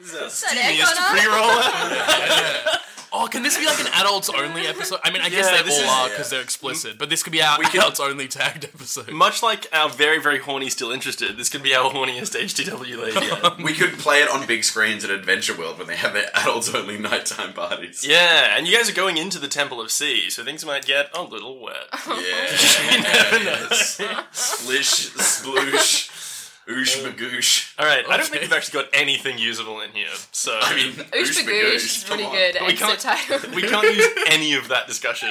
steamiest pre roll. Oh, can this be like an adults only episode? I mean, I guess Yeah, they this all is- are because they're explicit, but this could be our We could- adults only tagged episode. Much like our very, very horny still interested, this could be our horniest HTW lady. We could play it on big screens at Adventure World when they have their adults only nighttime parties. yeah, and you guys are going into the Temple of Sea, so things might get a little wet. Yeah. You never know. Splish, sploosh, oosh, magoosh. All right, I don't think Okay. we've actually got anything usable in here, so I mean, Oosh oosh, Bagoosh is magoosh. pretty come on. good. We can't- Exit title. we can't use any of that discussion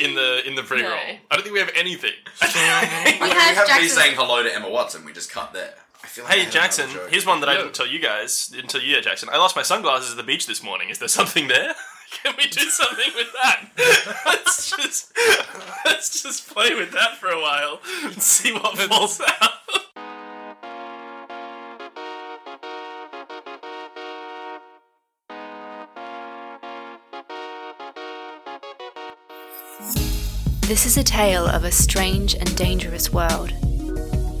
in the in the pre-roll. No. I don't think we have anything. We You have have me Jackson. saying hello to Emma Watson. We just cut there. I feel like I Hey had Jackson, another joke. here's one that I Yo. didn't tell you guys didn't tell you, yeah, Jackson. I lost my sunglasses at the beach this morning. Is there something there? Can we do something with that? let's just let's just play with that for a while and see what falls out. This is a tale of a strange and dangerous world,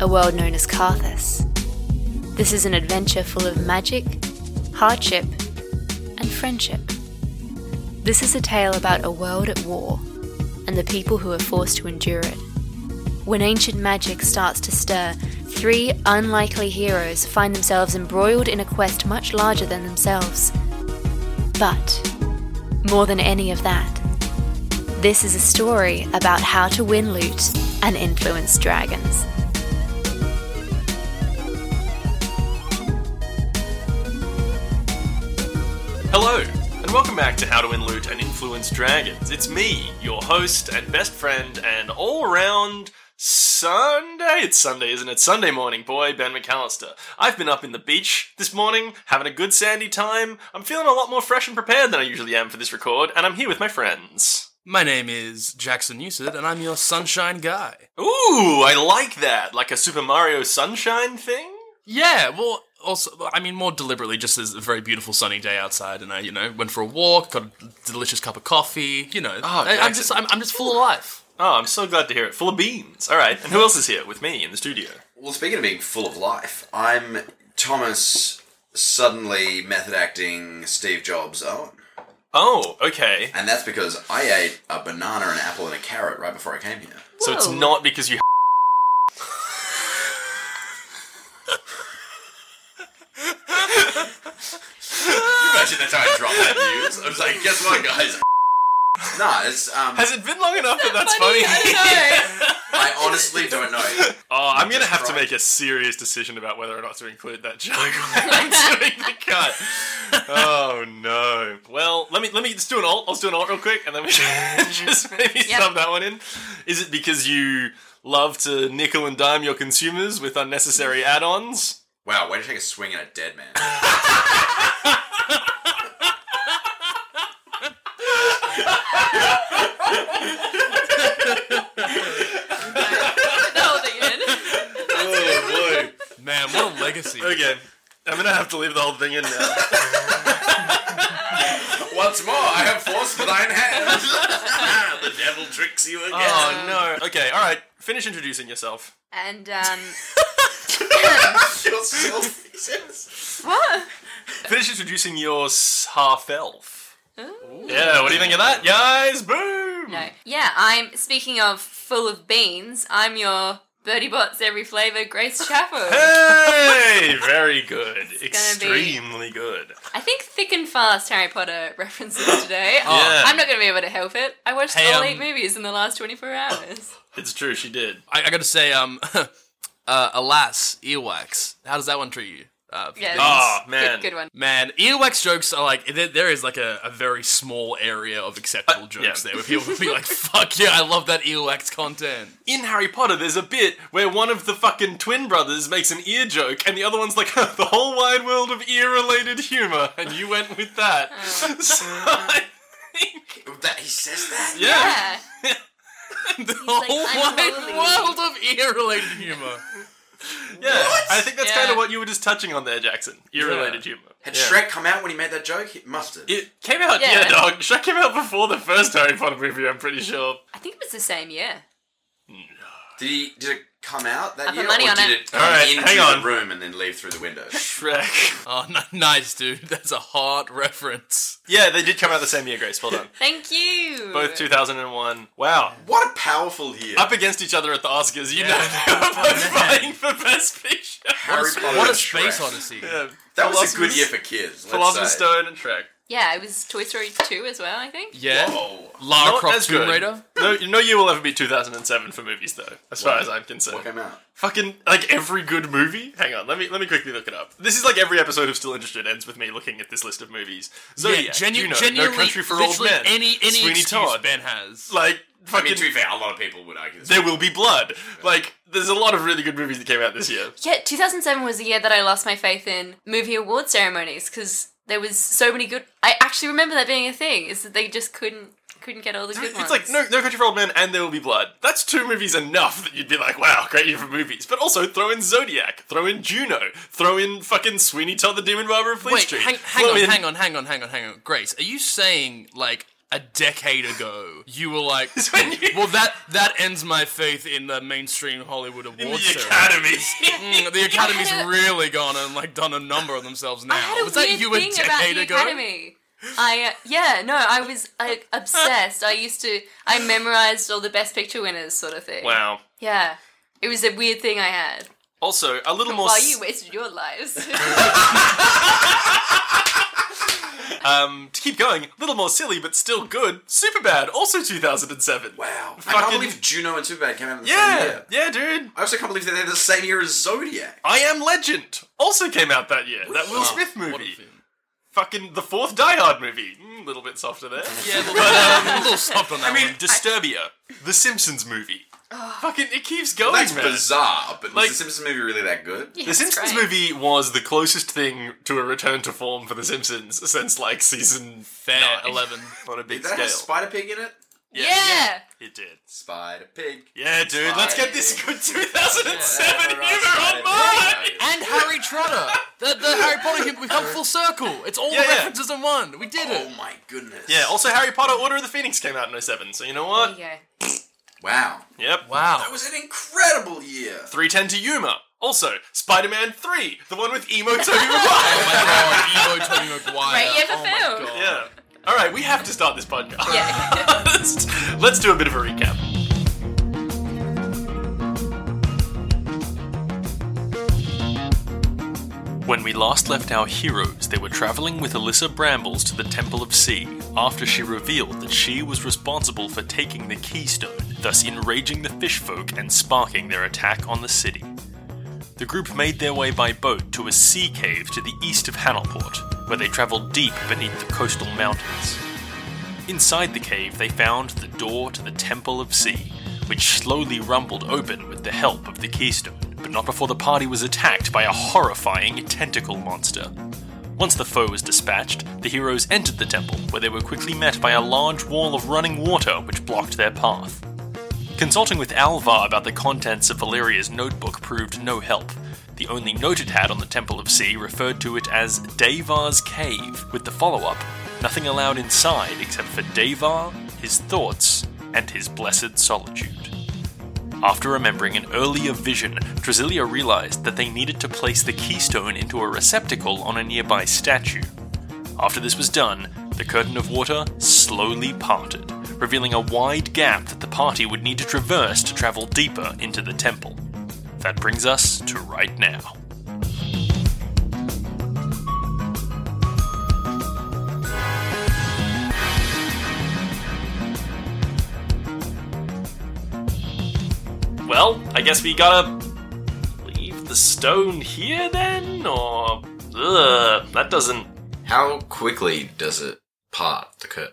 a world known as Carthus. This is an adventure full of magic, hardship, and friendship. This is a tale about a world at war and the people who are forced to endure it. When ancient magic starts to stir, three unlikely heroes find themselves embroiled in a quest much larger than themselves. But, more than any of that, this is a story about how to win loot and influence dragons. Hello, and welcome back to How to Win Loot and Influence Dragons. It's me, your host and best friend, and all round Sunday. It's Sunday, isn't it? Sunday morning, boy, Ben McAllister. I've been up in the beach this morning, having a good sandy time. I'm feeling a lot more fresh and prepared than I usually am for this record, and I'm here with my friends. My name is Jackson Newsett, and I'm your sunshine guy. Ooh, I like that. Like a Super Mario Sunshine thing? Yeah, well, also, I mean, more deliberately, just as a very beautiful sunny day outside, and I, you know, went for a walk, got a delicious cup of coffee, you know. Oh, I, am Jackson. just, I'm, I'm just full of life. Oh, I'm so glad to hear it. Full of beans. All right, and who else is here with me in the studio? Well, speaking of being full of life, I'm Thomas. Suddenly, method acting Steve Jobs Owen, Oh, okay. and that's because I ate a banana, an apple, and a carrot right before I came here. So it's Whoa. not because you Imagine that's how I dropped that news. I was like, guess what, guys? nah, it's um. Has it been long enough that that's funny? funny? I don't know. I honestly don't know. oh, I'm gonna have to Right. make a serious decision about whether or not to include that joke when I'm doing the cut. Oh no. Well, let me let me just do an alt. Let's do an alt real quick, and then we can just maybe Yep. sum that one in. Is it because you love to nickel and dime your consumers with unnecessary add-ons? Wow, way to take a swing at a dead man. the whole thing in. Oh Man, what a legacy. boy. Okay. I'm gonna have to leave the whole thing in now. Once more, I have force with thine hand. the devil tricks you again. Oh no. Okay. All right. Finish introducing yourself. And um, You're self- what? Finish introducing your s- half elf. Yeah. What do you think of that, guys? Boom. No. Yeah, I'm speaking of full of beans. I'm your Birdie Bots every flavor, Grace Chapel. Hey, very good. Extremely good. I think thick and fast Harry Potter references today. Oh, Yeah. I'm not going to be able to help it. I watched Hey, all um, eight movies in the last 24 hours. It's true, she did. I, I gotta say, um, uh, alas, earwax. How does that one treat you? Uh, Yeah, Vince? Ah, good- man. Good, one. Man, earwax jokes are like there, there is like a, a very small area of acceptable jokes Uh, yeah. there where people will be like, "Fuck yeah, I love that earwax content." In Harry Potter, there's a bit where one of the fucking twin brothers makes an ear joke, and the other one's like, the whole wide world of ear related humor, and you went with that. So, I think- that he says that. yeah. Yeah. The whole unholy. wide world of ear-related humor. Yeah. I think that's Yeah. kind of what you were just touching on there, Jackson. Ear related humor. Had Yeah. Shrek come out when he made that joke? He must have. It came out, yeah. Yeah. dog. Shrek came out before the first Harry Potter movie, I'm pretty sure. I think it was the same year. Did he? Did it come out that I put year, money or on did it. it, come Alright, into hang on. the room and then leave through the window? Shrek. Oh, n- nice, dude. That's a hard reference. Yeah, they did come out the same year, Grace. Well done. Thank you. Both 2001. Wow. what a powerful year! Up against each other at the Oscars, you Yeah. know they were both Man. fighting for Best Picture. Harry Potter What a and space Shrek. odyssey. Yeah. That was a good Philosopher's- year for kids. Let's Philosopher's say. Stone and Shrek. Yeah, it was Toy Story 2 as well, I think. Yeah. Whoa. Oh, Lara Not Croft as Tomb good. Raider. No, no year will ever be 2007 for movies, though, as far as I'm concerned. What came out? Fucking like every good movie. Hang on, let me let me quickly look it up. This is like every episode of Still Interested ends with me looking at this list of movies. Zodiac, yeah, genu- Juno, genuinely, No Country for Old literally Men, any any Sweeney excuse Todd. Ben has. Like I fucking, mean, to be fair, a lot of people would argue this. there will be blood. Like there's a lot of really good movies that came out this year. Yeah, 2007 was the year that I lost my faith in movie award ceremonies because there was so many good. I actually remember that being a thing. Is that they just couldn't couldn't get all the good it's ones. like no, no Country for Old Men and There Will Be Blood. That's two movies enough that you'd be like, wow, great year for movies. But also throw in Zodiac, throw in Juno, throw in fucking Sweeney Todd, the Demon Barber of Fleet Wait, Street. hang, hang throw on, in- hang on, hang on, hang on, hang on. Grace, are you saying like a decade ago you were like, when you- well, that that ends my faith in the mainstream Hollywood awards. in the ceremony." Academy. Mm, the Academy's had a- really gone and like done a number of themselves now. I had a was weird that you thing a about decade the ago? Academy. I uh, yeah no I was like obsessed. I used to I memorized all the best picture winners sort of thing. wow. Yeah, it was a weird thing I had. Also, a little more. While s- you wasted your lives. Um, to keep going, a little more silly but still good. Superbad, also 2007. Wow. I Fucking- can't believe Juno and Superbad came out in the same Yeah, year. yeah, dude. I also can't believe that they're the same year as Zodiac. I Am Legend also came out that year. That Will Wow, Smith what a movie. film. Fucking the fourth Die Hard movie. Mm, A little bit softer there. Yeah, a little, a little soft um, on that I mean, one. Disturbia, the Simpsons movie. Fucking, it keeps going, That's Oh, man. bizarre, but Like- was the Simpsons movie really that good? Yeah, The it's Simpsons great. movie was the closest thing to a return to form for The Simpsons since like season Fair nine. eleven. on a Did big that scale. have Spider Pig in it? Yeah. it did. Spider Pig. Yeah, dude, let's get this good 2007 Yeah, humor on board! Spider-Pig. And Harry Trotter, the, the Harry Potter humor. We've come full circle. It's all Yeah, the yeah. references in one. We did Oh it. my goodness. Yeah, also Harry Potter Order of the Phoenix came out in 07, so you know There you what? go. Wow. Yep. Oh, Wow. That was an incredible year. 310 to Yuma. Also, Spider Man 3, the one with emo Toby Maguire. Oh my god, Evo Tony Maguire. Great year for oh my film. God. yeah. Alright, we have to start this podcast. Yeah. let's, let's do a bit of a recap. When we last left our heroes, they were traveling with Alyssa Brambles to the Temple of Sea after she revealed that she was responsible for taking the keystone, thus enraging the fish folk and sparking their attack on the city. The group made their way by boat to a sea cave to the east of Hanalport, where they travelled deep beneath the coastal mountains. Inside the cave, they found the door to the Temple of Sea, which slowly rumbled open with the help of the keystone, but not before the party was attacked by a horrifying tentacle monster. Once the foe was dispatched, the heroes entered the temple, where they were quickly met by a large wall of running water which blocked their path. Consulting with Alvar about the contents of Valeria's notebook proved no help. The only note it had on the Temple of Sea referred to it as Devar's Cave, with the follow up nothing allowed inside except for Devar, his thoughts, and his blessed solitude. After remembering an earlier vision, Drasilia realized that they needed to place the keystone into a receptacle on a nearby statue. After this was done, the curtain of water slowly parted, revealing a wide gap that the party would need to traverse to travel deeper into the temple. That brings us to right now. Well, I guess we gotta leave the stone here then, or. Ugh, that doesn't. How quickly does it part the curtain?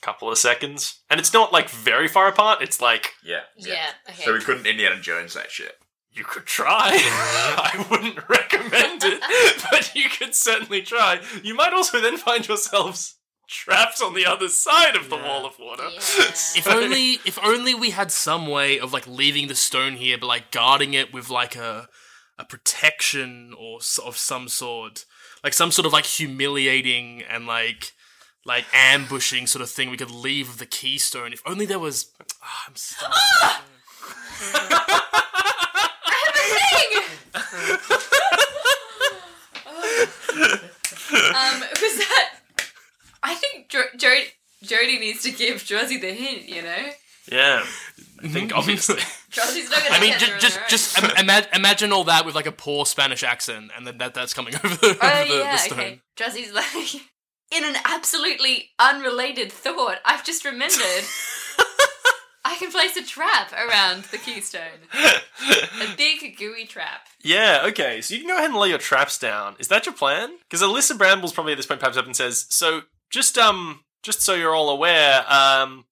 couple of seconds. And it's not like very far apart, it's like Yeah. Yeah. Okay. So we couldn't Indiana Jones that shit. you could try. I wouldn't recommend it, but you could certainly try. You might also then find yourselves trapped on the other side of the Yeah. wall of water. Yeah. So- If only, if only we had some way of like leaving the stone here, but like guarding it with like a a protection or s- of some sort, like some sort of like humiliating and like like ambushing sort of thing. We could Oh, leave the keystone. If only there was. Ah, I'm stuck. thing. um, was that? I think jo- jo- Jody needs to give Drozzy the hint. You know, Yeah, I think obviously. Drozzy's not gonna. I mean, get there just on just, her own. just im- imagine, imagine all that with like a poor Spanish accent, and then that that's coming over the, over Oh the, the yeah, stone. okay. Drozzy's like. In an absolutely unrelated thought, I've just remembered. I can place a trap around the keystone. A big gooey trap. yeah, okay. So you can go ahead and lay your traps down. Is that your plan? Because Alyssa Brambles probably at this point pipes up and says, "So just um, just so you're all aware, um,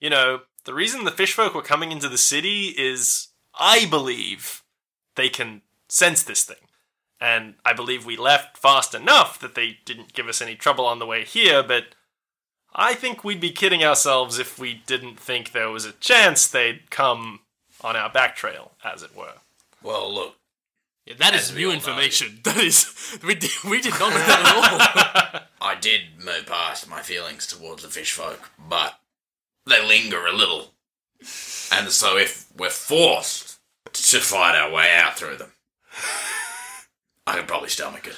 you know, the reason the fish folk were coming into the city is, I believe, they can sense this thing." And I believe we left fast enough that they didn't give us any trouble on the way here, but I think we'd be kidding ourselves if we didn't think there was a chance they'd come on our back trail, as it were. Well, look, Yeah, that is As we new all know. information. That is we did, we did not know that at all. I did move past my feelings towards the fish folk, but they linger a little. And so if we're forced to fight our way out through them, I can probably stomach it.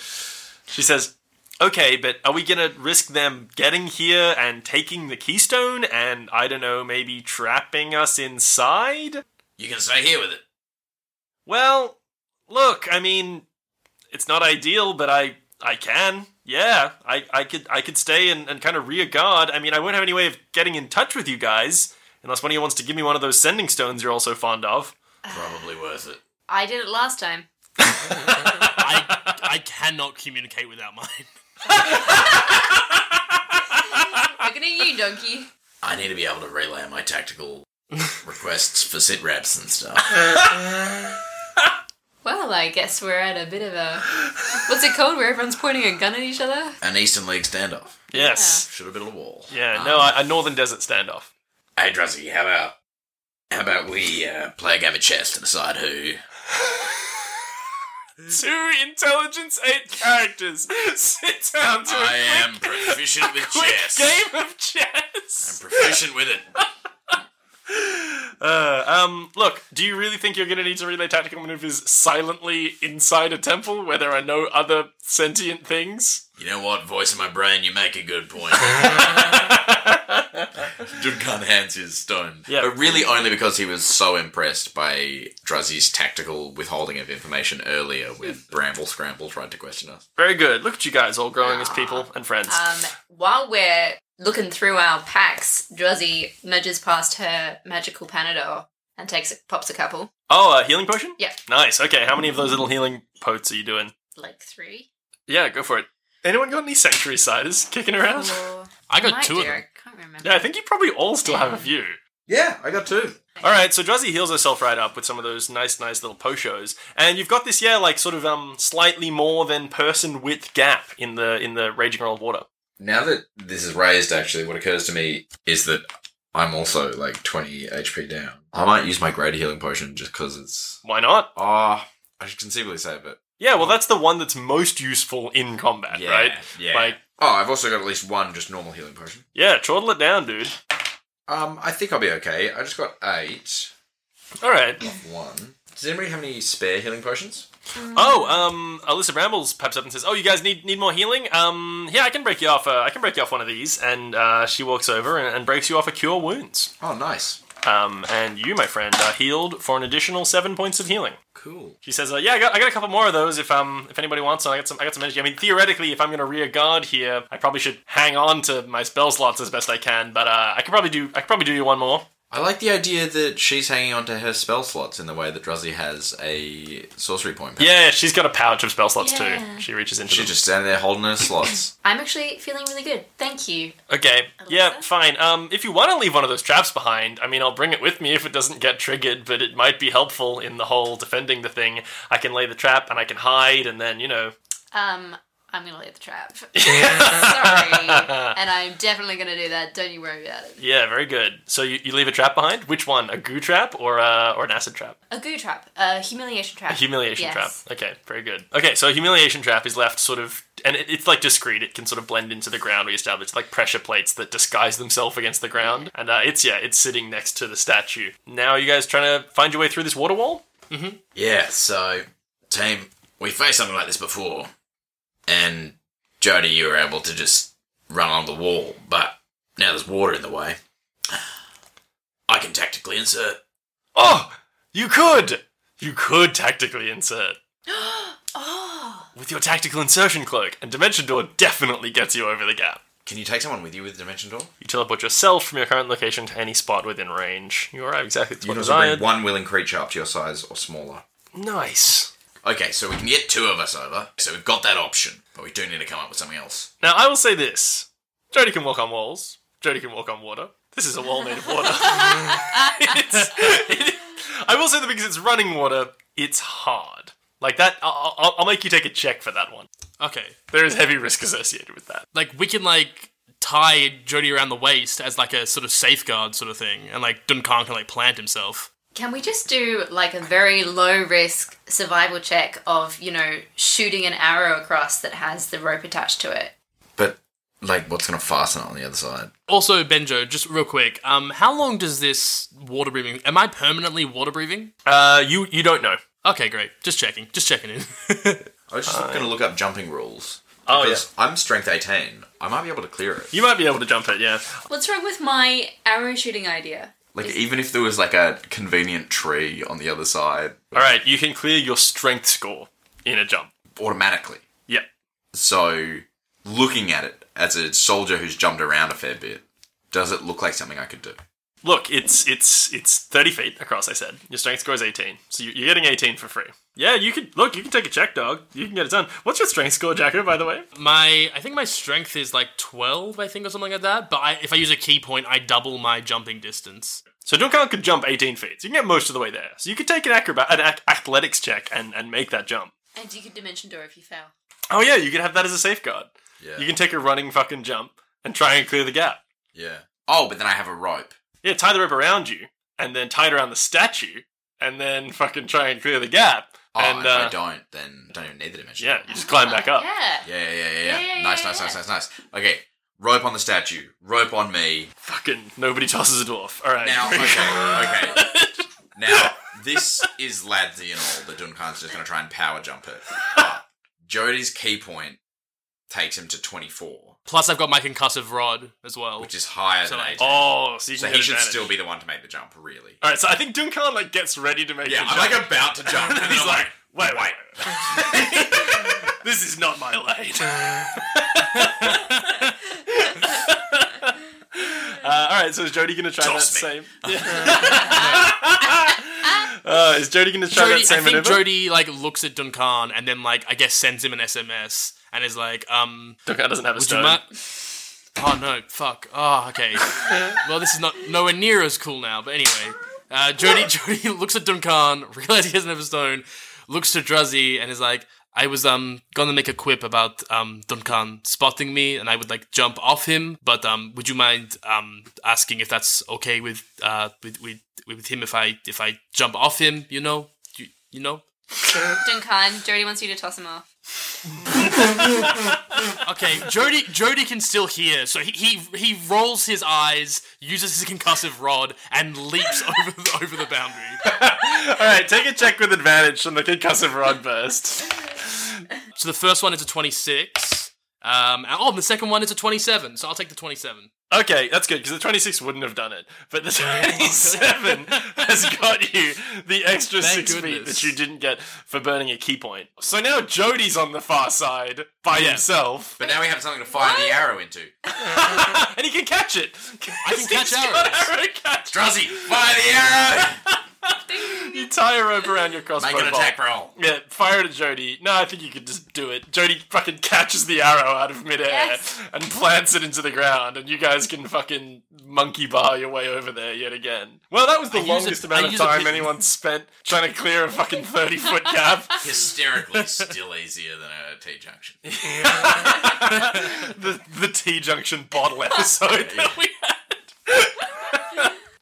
She says, Okay, but are we gonna risk them getting here and taking the keystone and, I don't know, maybe trapping us inside? You can stay here with it. Well, look, I mean, it's not ideal, but I I can. Yeah, I, I could I could stay and, and kind of rear guard. I mean, I won't have any way of getting in touch with you guys unless one of you wants to give me one of those sending stones you're all so fond of. Probably worth it. I did it last time. I I cannot communicate without mine. Look at you, donkey. I need to be able to relay my tactical requests for sit reps and stuff. Well, I guess we're at a bit of a what's it called where everyone's pointing a gun at each other? An Eastern League standoff. Yes. Should have been a wall. Uh, Yeah, Um. no, a a northern desert standoff. Hey, Druzzy, how about how about we uh, play a game of chess to decide who? Two intelligence eight characters sit down to I am proficient with chess. game of I'm chess. proficient with it. Uh, um, look, do you really think you're going to need to relay tactical maneuvers silently inside a temple where there are no other sentient things? You know what? Voice in my brain, you make a good point. Duncan hands his stone. Yeah. But really only because he was so impressed by Druzzy's tactical withholding of information earlier when Bramble Scramble tried to question us. Very good. Look at you guys all growing as people and friends. Um, while we're looking through our packs, Drozzy nudges past her magical panadol and takes a, pops a couple, oh, a healing potion? Yeah. Nice. Okay, how many of those little healing potes are you doing? like three. Yeah, go for it. Anyone got any sanctuary siders kicking around? Or I got might two do, of them. I can't remember. Yeah, I think you probably all still have a few. Yeah, I got two. All right, so Druzzy heals herself right up with some of those nice, nice little poshos, and you've got this, yeah, like sort of um slightly more than person width gap in the in the raging roll of water. Now that this is raised, actually, what occurs to me is that I'm also like 20 HP down. I might use my greater healing potion just because it's. Why not? Ah, I should conceivably save it. Yeah, well, that's the one that's most useful in combat, right? Yeah. Like- oh, I've also got at least one just normal healing potion. Yeah, chortle it down, dude. Um, I think I'll be okay. I just got eight. All right. One. Does anybody have any spare healing potions? Oh, um, Alyssa Brambles pops up and says, "Oh, you guys need need more healing? Um, yeah, I can break you off. Uh, I can break you off one of these." And uh, she walks over and, and breaks you off a cure wounds. Oh, nice. Um, and you, my friend, are healed for an additional seven points of healing. Cool. She says, uh, "Yeah, I got, I got a couple more of those. If um, if anybody wants, them. I got some. I got some energy. I mean, theoretically, if I'm going to rear guard here, I probably should hang on to my spell slots as best I can. But uh, I could probably do. I could probably do you one more. I like the idea that she's hanging on to her spell slots in the way that Druzzy has a sorcery point. Pack. Yeah, she's got a pouch of spell slots Yeah. too. She reaches into. She's them. just standing there holding her slots. I'm actually feeling really good. Thank you. okay. Yeah, Alyssa? fine. Um, if you want to leave one of those traps behind, I mean, I'll bring it with me if it doesn't get triggered. But it might be helpful in the whole defending the thing. I can lay the trap and I can hide, and then you know. Um, I'm gonna lay the trap. Sorry, and I'm definitely gonna do that. Don't you worry about it. Yeah, very good. So you, you leave a trap behind. Which one? A goo trap or uh, or an acid trap? A goo trap, a humiliation trap, A humiliation Yes. trap. Okay, very good. Okay, so a humiliation trap is left sort of, and it, it's like discreet. It can sort of blend into the ground. We established like pressure plates that disguise themselves against the ground, and uh, it's yeah, it's sitting next to the statue. Now, are you guys trying to find your way through this water wall? Mhm. Yeah, so team, we faced something like this before, and Jody, you were able to just run along the wall, but now there's water in the way. I can tactically insert. Oh, you could. You could tactically insert Oh, with your tactical insertion cloak, and Dimension Door definitely gets you over the gap. Can you take someone with you with Dimension Door? You teleport yourself from your current location to any spot within range. You arrive exactly at the You spot can also bring desired. one willing creature up to your size or smaller. Nice. Okay, so we can get two of us over. So we've got that option, but we do need to come up with something else. Now, I will say this Jody can walk on walls, Jody can walk on water. This is a wall made of water. It's- it- I will say that because it's running water, it's hard. Like that, I'll, I'll, I'll make you take a check for that one. Okay. There is heavy risk associated with that. Like we can like tie Jody around the waist as like a sort of safeguard sort of thing, and like Duncan can like plant himself. can we just do like a very low risk survival check of you know shooting an arrow across that has the rope attached to it? But like, what's going to fasten it on the other side? Also, Benjo, just real quick, um, how long does this water breathing? Am I permanently water breathing? Uh, you you don't know. Okay, great. Just checking. Just checking in. I was just going to look up jumping rules. Oh, because I'm strength 18. I might be able to clear it. You might be able to jump it, yeah. What's wrong with my arrow shooting idea? Like, even if there was like a convenient tree on the other side, All right, you can clear your strength score in a jump. automatically. Yep. So, looking at it as a soldier who's jumped around a fair bit, does it look like something I could do? Look, it's it's it's thirty feet across. I said your strength score is eighteen, so you- you're getting eighteen for free. Yeah, you can look. You can take a check, dog. You can get it done. What's your strength score, Jacko? By the way, my, I think my strength is like twelve, I think, or something like that. But I, if I use a key point, I double my jumping distance. so Duncan could jump eighteen feet. So you can get most of the way there. So you could take an acrobat, an ac- athletics check, and and make that jump. And you could dimension door if you fail. Oh yeah, you can have that as a safeguard. Yeah. You can take a running fucking jump and try and clear the gap. yeah. Oh, but then I have a rope. Yeah, tie the rope around you, and then tie it around the statue, and then fucking try and clear the gap. Oh, and if uh, I don't, then I don't even need the dimension. yeah, you just climb back up. Yeah. Yeah, yeah, yeah, yeah. Yeah, yeah, nice, yeah, nice, yeah. nice, nice, nice. Okay, rope on the statue. Rope on me. Fucking nobody tosses a dwarf. All right. Now, okay, okay. Now, this is Ladsy and all that Duncan's just going to try and power jump it. But Jody's key point takes him to 24, Plus, I've got my concussive rod as well. which is higher So than I- 18. oh, so you so can he should still be the one to make the jump, really. All right, so I think Duncan like gets ready to make. Yeah, the I'm jump. like about to jump, and And then he's I'm like, like, wait, wait. this is not my lane. Uh, all right, so is Jody gonna try Toss that me. same? Yeah. uh, is Jody gonna try Jody, that I same think maneuver? Jody like looks at Duncan and then like I guess sends him an SMS and is like, um, Duncan doesn't have a would you stone. mind? Oh no, fuck. Oh, okay. well, this is not nowhere near as cool now. But anyway, uh, Jody Jody looks at Duncan, realizes he doesn't have a stone, looks to Druzzy and is like, I was um gonna make a quip about um Duncan spotting me and I would like jump off him, but um would you mind um asking if that's okay with uh with with, with him if I if I jump off him, you know? You, you know? Duncan, Jody wants you to toss him off. Okay, Jody. Jody can still hear, so he, he he rolls his eyes, uses his concussive rod, and leaps over the, over the boundary. All right, take a check with advantage from the concussive rod burst. So the first one is a twenty-six. Um, and- oh, and the second one is a twenty-seven. So I'll take the twenty-seven. Okay, that's good because the 26 wouldn't have done it, but the 27 has got you the extra Thank six feet goodness. that you didn't get for burning a key point. So now Jody's on the far side by himself, But now we have something to fire the arrow into. and he can catch it. I can catch arrows. Arrow catch. Druzzy, fire the arrow! You tie a rope around your crossbow. Make an bolt. attack roll. Yeah, fire it at Jody. No, I think you could just do it. Jody fucking catches the arrow out of midair Yes. and plants it into the ground, and you guys can fucking monkey bar your way over there yet again. Well, that was the I use a- longest I amount of use a time pigeon. anyone spent trying to clear a fucking 30 foot gap. Hysterically, still easier than a T junction. the the T junction bottle episode that we had.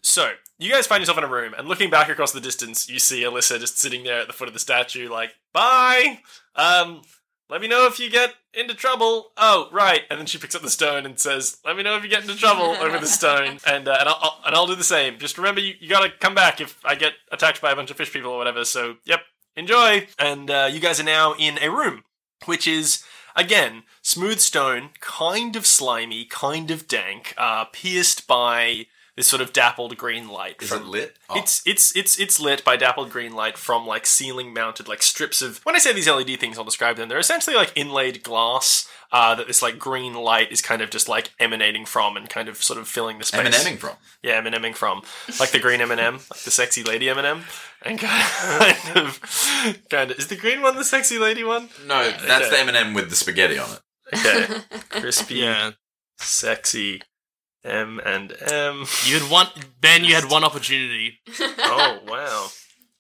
so you guys find yourself in a room, and looking back across the distance, you see Alyssa just sitting there at the foot of the statue, like bye. Um, Let me know if you get into trouble. Oh, right. And then she picks up the stone and says, Let me know if you get into trouble over the stone. And uh, and, I'll, I'll, and I'll do the same. Just remember, you, you gotta come back if I get attacked by a bunch of fish people or whatever. So, yep, enjoy. And uh, you guys are now in a room, which is, again, smooth stone, kind of slimy, kind of dank, uh, pierced by this sort of dappled green light. Is from- it lit? Oh, it's it's it's it's lit by dappled green light from like ceiling mounted like strips of. When I say these LED things, I'll describe them. They're essentially like inlaid glass uh, that this like green light is kind of just like emanating from and kind of sort of filling the space. M&M'ing from. Yeah, M&M'ing from like the green M&M, like the sexy lady M&M, and kind of kind of is the green one the sexy lady one? No, that's Okay. the M&M with the spaghetti on it. Okay, crispy, Yeah. sexy M and M. You had one, Ben. You had one opportunity. oh wow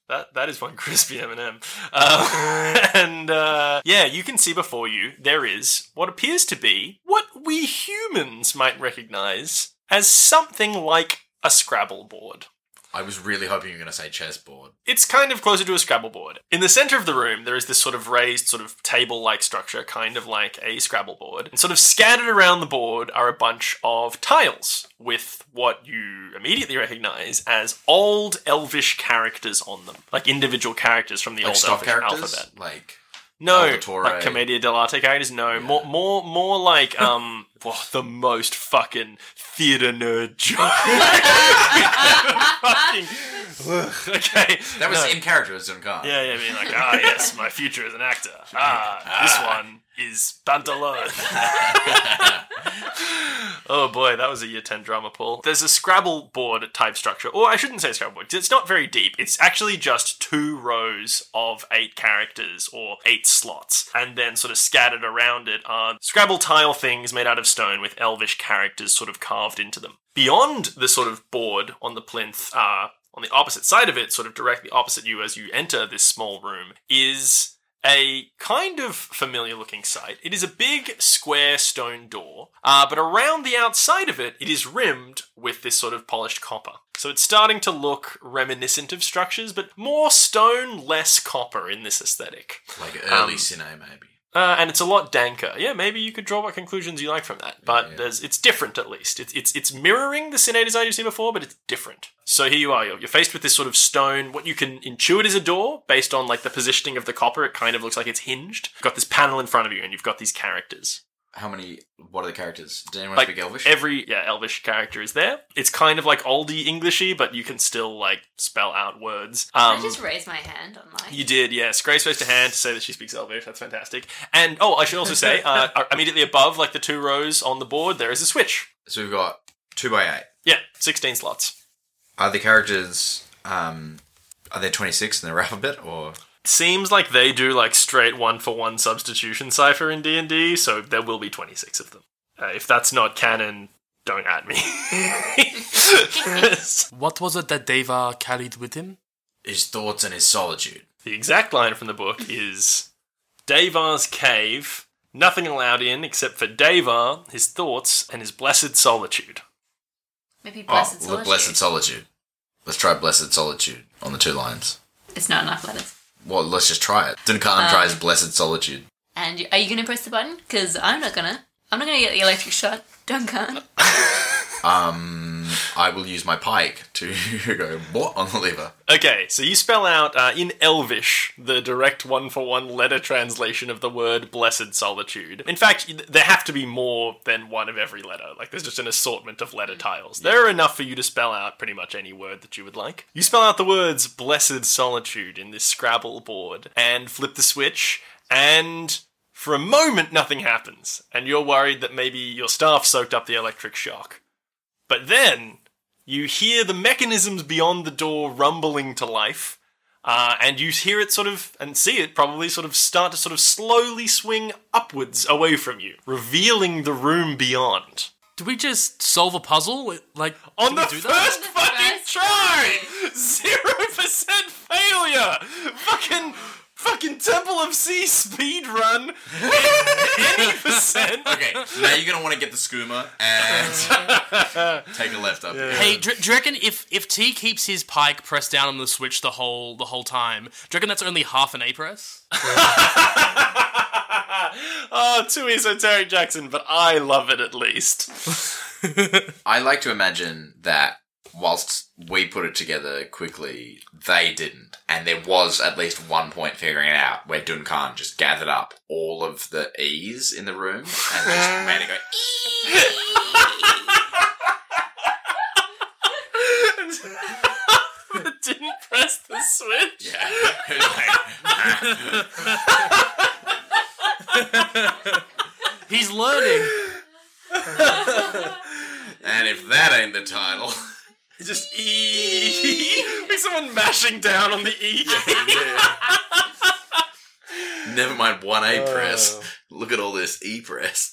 that that is one crispy m&m uh, and uh, yeah you can see before you there is what appears to be what we humans might recognize as something like a scrabble board I was really hoping you were going to say chessboard. it's kind of closer to a Scrabble board. In the center of the room, there is this sort of raised, sort of table like structure, kind of like a Scrabble board. And sort of scattered around the board are a bunch of tiles with what you immediately recognize as old elvish characters on them, like individual characters from the Like old stock elvish characters? alphabet. Like, No, Alvatore. like Commedia dell'arte characters. No, more, more, more like um, whoa, the most fucking theater nerd joke. fucking, okay, that was no. in character as Zunkan. Yeah, yeah, I mean, like, ah, yes, my future as an actor. Ah, this one is Pantalone. oh boy, that was a year 10 drama pull. There's a Scrabble board type structure, or I shouldn't say Scrabble board, 'cause it's not very deep. It's actually just two rows of eight characters or eight slots, and then sort of scattered around it are Scrabble tile things made out of stone with elvish characters sort of carved into them. Beyond the sort of board on the plinth are on the opposite side of it, sort of directly opposite you as you enter this small room, is a kind of familiar looking sight. It is a big square stone door, uh, but around the outside of it, it is rimmed with this sort of polished copper. So it's starting to look reminiscent of structures, but more stone, less copper in this aesthetic. Like early Um, cine, maybe. Uh, and it's a lot danker. Yeah, maybe you could draw what conclusions you like from that, but Yeah. there's it's different at least. It's it's it's mirroring the Cine design you've seen before, but it's different. So here you are. You're, you're faced with this sort of stone. What you can intuit is a door based on like the positioning of the copper. It kind of looks like it's hinged. You've got this panel in front of you, and you've got these characters. How many, what are the characters? Did anyone Like speak Elvish? Every yeah, Elvish character is there. It's kind of like oldie Englishy, but you can still like spell out words. Um, I just raise my hand on mine. You did, yes. Grace raised a hand to say that she speaks Elvish. That's fantastic. And oh, I should also say, uh, uh, immediately above, like the two rows on the board, there is a switch. so we've got two by eight. Yeah, sixteen slots. Are the characters, um, are there 26 in their alphabet or? Seems like they do like straight one for one substitution cipher in D and D, so there will be twenty six of them. Uh, if that's not canon, don't add me. the What was it that Deva carried with him? His thoughts and his solitude. exact line from the book is Devar's cave. Nothing allowed in except for Devar, his thoughts, and his blessed solitude. Maybe blessed oh, solitude. blessed solitude. Let's try blessed solitude on the two lines. it's not enough letters. Well, let's just try it. Duncan Um, tries blessed solitude. And you, are you gonna press the button? Because I'm not gonna. I'm not gonna get the electric shot. Duncan. Um, I will use my pike to go what on the lever. Okay, so you spell out uh, in Elvish the direct one for one letter translation of the word blessed solitude. In fact, y- there have to be more than one of every letter. Like, there's just an assortment of letter tiles. There are enough for you to spell out pretty much any word that you would like. You spell out the words blessed solitude in this Scrabble board and flip the switch, and for a moment, nothing happens. And you're worried that maybe your staff soaked up the electric shock. But then you hear the mechanisms beyond the door rumbling to life, uh, and you hear it sort of, and see it probably sort of start to sort of slowly swing upwards away from you, revealing the room beyond. Did we just solve a puzzle? Like On did the we do that? first fucking First try! Zero percent failure! Fucking. Fucking Temple of Sea speed run! Any percent! Okay, now you're gonna want to get the skooma and take a left up. here. Hey, do, do you reckon if if T keeps his pike pressed down on the switch the whole the whole time, do you reckon that's only half an A press? oh, too esoteric, Jackson, but I love it at least. I like to imagine that whilst we put it together quickly, they didn't. And there was at least one point figuring it out where Duncan just gathered up all of the E's in the room and just made it go, Didn't press the switch. yeah. It was like, He's learning. and if that ain't the title. Just E. Like someone mashing down on the E. Never mind one A press. Look at all this E press.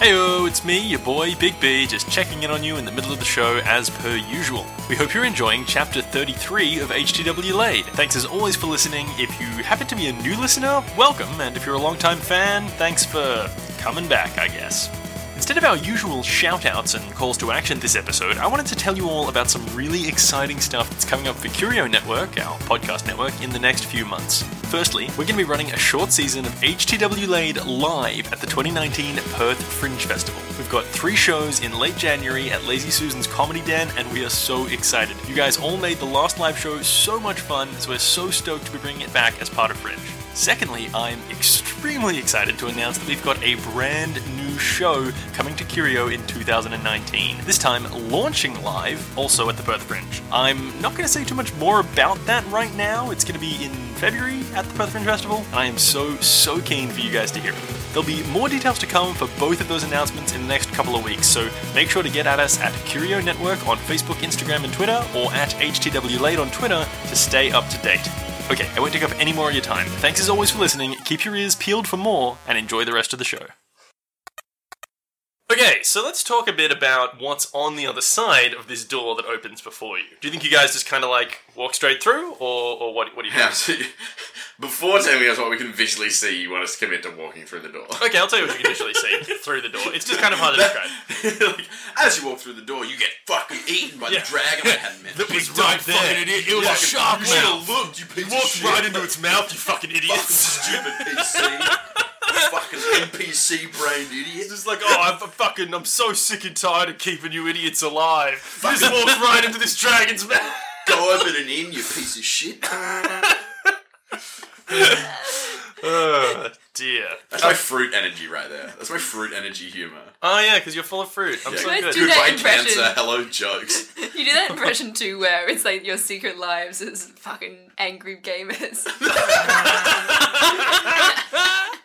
Heyo, it's me, your boy Big B, just checking in on you in the middle of the show as per usual. We hope you're enjoying chapter 33 of HTW Laid. Thanks as always for listening. If you happen to be a new listener, welcome, and if you're a long-time fan, thanks for coming back, I guess. Instead of our usual shout-outs and calls to action this episode, I wanted to tell you all about some really exciting stuff that's coming up for Curio Network, our podcast network, in the next few months. Firstly, we're going to be running a short season of HTW Laid live at the 2019 Perth Fringe Festival. We've got three shows in late January at Lazy Susan's Comedy Den, and we are so excited. You guys all made the last live show so much fun, so we're so stoked to be bringing it back as part of Fringe. Secondly, I'm extremely excited to announce that we've got a brand new show coming to Curio in 2019, this time launching live also at the Perth Fringe. I'm not going to say too much more about that right now. It's going to be in February at the Perth Fringe Festival, and I am so, so keen for you guys to hear it. There'll be more details to come for both of those announcements in the next couple of weeks, so make sure to get at us at Curio Network on Facebook, Instagram, and Twitter, or at HTWLate on Twitter to stay up to date. Okay, I won't take up any more of your time. Thanks as always for listening, keep your ears peeled for more, and enjoy the rest of the show. Okay, so let's talk a bit about what's on the other side of this door that opens before you. Do you think you guys just kind of like walk straight through, or, or what, what do you Now, think? so you- before telling us what we can visually see, you want us to commit to walking through the door. Okay, I'll tell you what you can initially see through the door. It's just kind of hard to That- describe. like, as you walk through the door, you get fucking eaten by Yeah. the dragon that hadn't meant That to was be. right there. It was a sharp You should mouth. have looked, you piece of Walked shit. right into its mouth, you fucking Fucking idiots. stupid PC. fucking NPC brained idiot. It's like, oh, I'm f- fucking, I'm so sick and tired of keeping you idiots alive. You just walked right into this dragon's mouth. Diving and in, you piece of shit. Oh, dear. That's my fruit energy right there. That's my fruit energy humour. Oh, yeah, because you're full of fruit. I'm Yeah. so Let's good. do that. Goodbye, impression. cancer. Hello, jokes. You do that impression too, where it's like your secret lives is fucking angry gamers.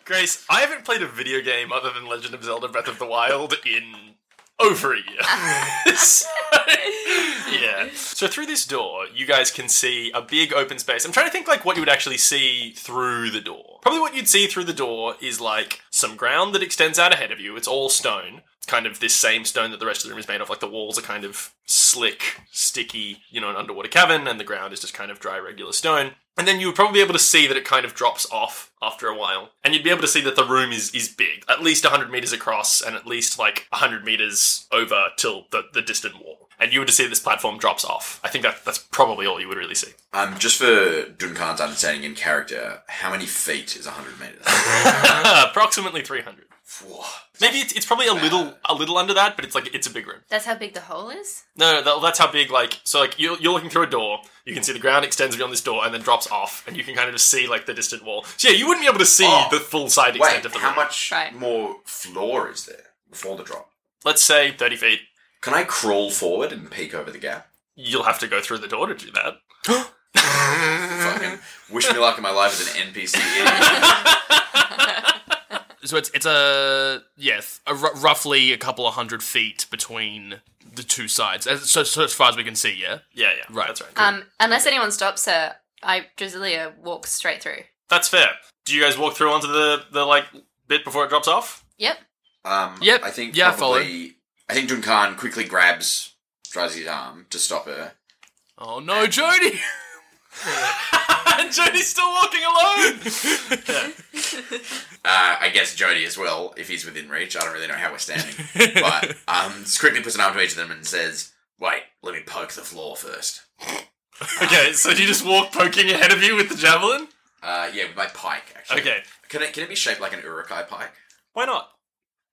Grace, I haven't played a video game other than Legend of Zelda Breath of the Wild in over a year. So, yeah. So through this door, you guys can see a big open space. I'm trying to think like what you would actually see through the door. Probably what you'd see through the door is like some ground that extends out ahead of you. It's all stone. It's kind of this same stone that the rest of the room is made of. Like the walls are kind of slick, sticky, you know, an underwater cavern, and the ground is just kind of dry, regular stone. And then you would probably be able to see that it kind of drops off after a while. And you'd be able to see that the room is, is big, at least 100 meters across and at least like 100 meters over till the, the distant wall. And you would see this platform drops off. I think that that's probably all you would really see. Um, just for Duncan's understanding in character, how many feet is 100 metres? Approximately 300. Whoa. Maybe it's, it's probably a little a little under that, but it's like it's a big room. That's how big the hole is? No, no that, that's how big. Like so, like you're, you're looking through a door. You can see the ground extends beyond this door and then drops off, and you can kind of just see like the distant wall. So yeah, you wouldn't be able to see Oh. the full side extent Wait, of the how room. much Right. more floor is there before the drop? Let's say 30 feet. Can I crawl forward and peek over the gap? You'll have to go through the door to do that. Fucking wish me luck in my life as an NPC. idiot. So it's it's a yes, a r- roughly a couple of hundred feet between the two sides. As, so, so as far as we can see, yeah. Yeah, yeah, Right. That's right. um, unless anyone stops her, I Drasilia walks straight through. That's fair. Do you guys walk through onto the the like bit before it drops off? Yep. Um, Yep, I think yeah, I probably, I, think Duncan quickly grabs Drazi's arm to stop her. Oh no, Jody! and Jody's still walking alone. Uh, I guess Jody as well, if he's within reach. I don't really know how we're standing. but um, Scrickly puts an arm to each of them and says, Wait, let me poke the floor first. okay, so do you just walk poking ahead of you with the javelin? Uh, yeah, with my pike, actually. Okay, Can it, can it be shaped like an Urukai pike? why not?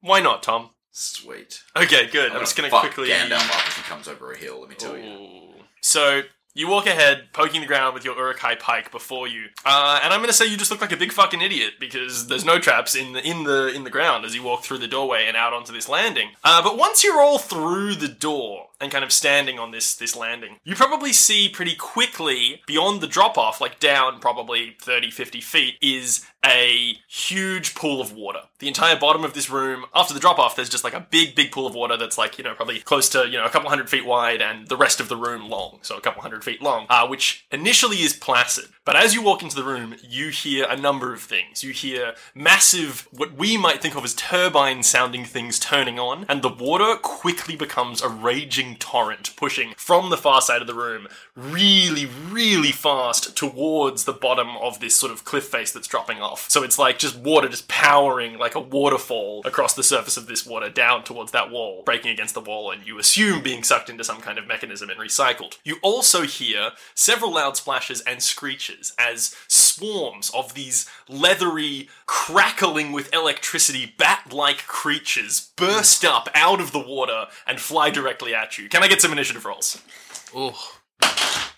Why not, Tom? Sweet. Okay, good. I'm, just gonna fuck quickly. Gandalf up if he comes over a hill, let me tell you. Ooh. So you walk ahead, poking the ground with your Urukai pike before you, uh, and I'm gonna say you just look like a big fucking idiot because there's no traps in the in the in the ground as you walk through the doorway and out onto this landing. Uh, but once you're all through the door and kind of standing on this this landing, you probably see pretty quickly beyond the drop off, like down probably 30, 50 feet, is a huge pool of water. The entire bottom of this room, after the drop off, there's just like a big, big pool of water that's like, you know, probably close to, you know, a couple hundred feet wide and the rest of the room long. So a couple hundred feet long, uh, which initially is placid. But as you walk into the room, you hear a number of things. You hear massive, what we might think of as turbine sounding things turning on, and the water quickly becomes a raging torrent pushing from the far side of the room really, really fast towards the bottom of this sort of cliff face that's dropping off. So it's like just water just powering like a waterfall across the surface of this water down towards that wall, breaking against the wall, and you assume being sucked into some kind of mechanism and recycled. You also hear several loud splashes and screeches as swarms of these leathery, crackling with electricity bat like creatures burst up out of the water and fly directly at you. Can I get some initiative rolls? Ooh.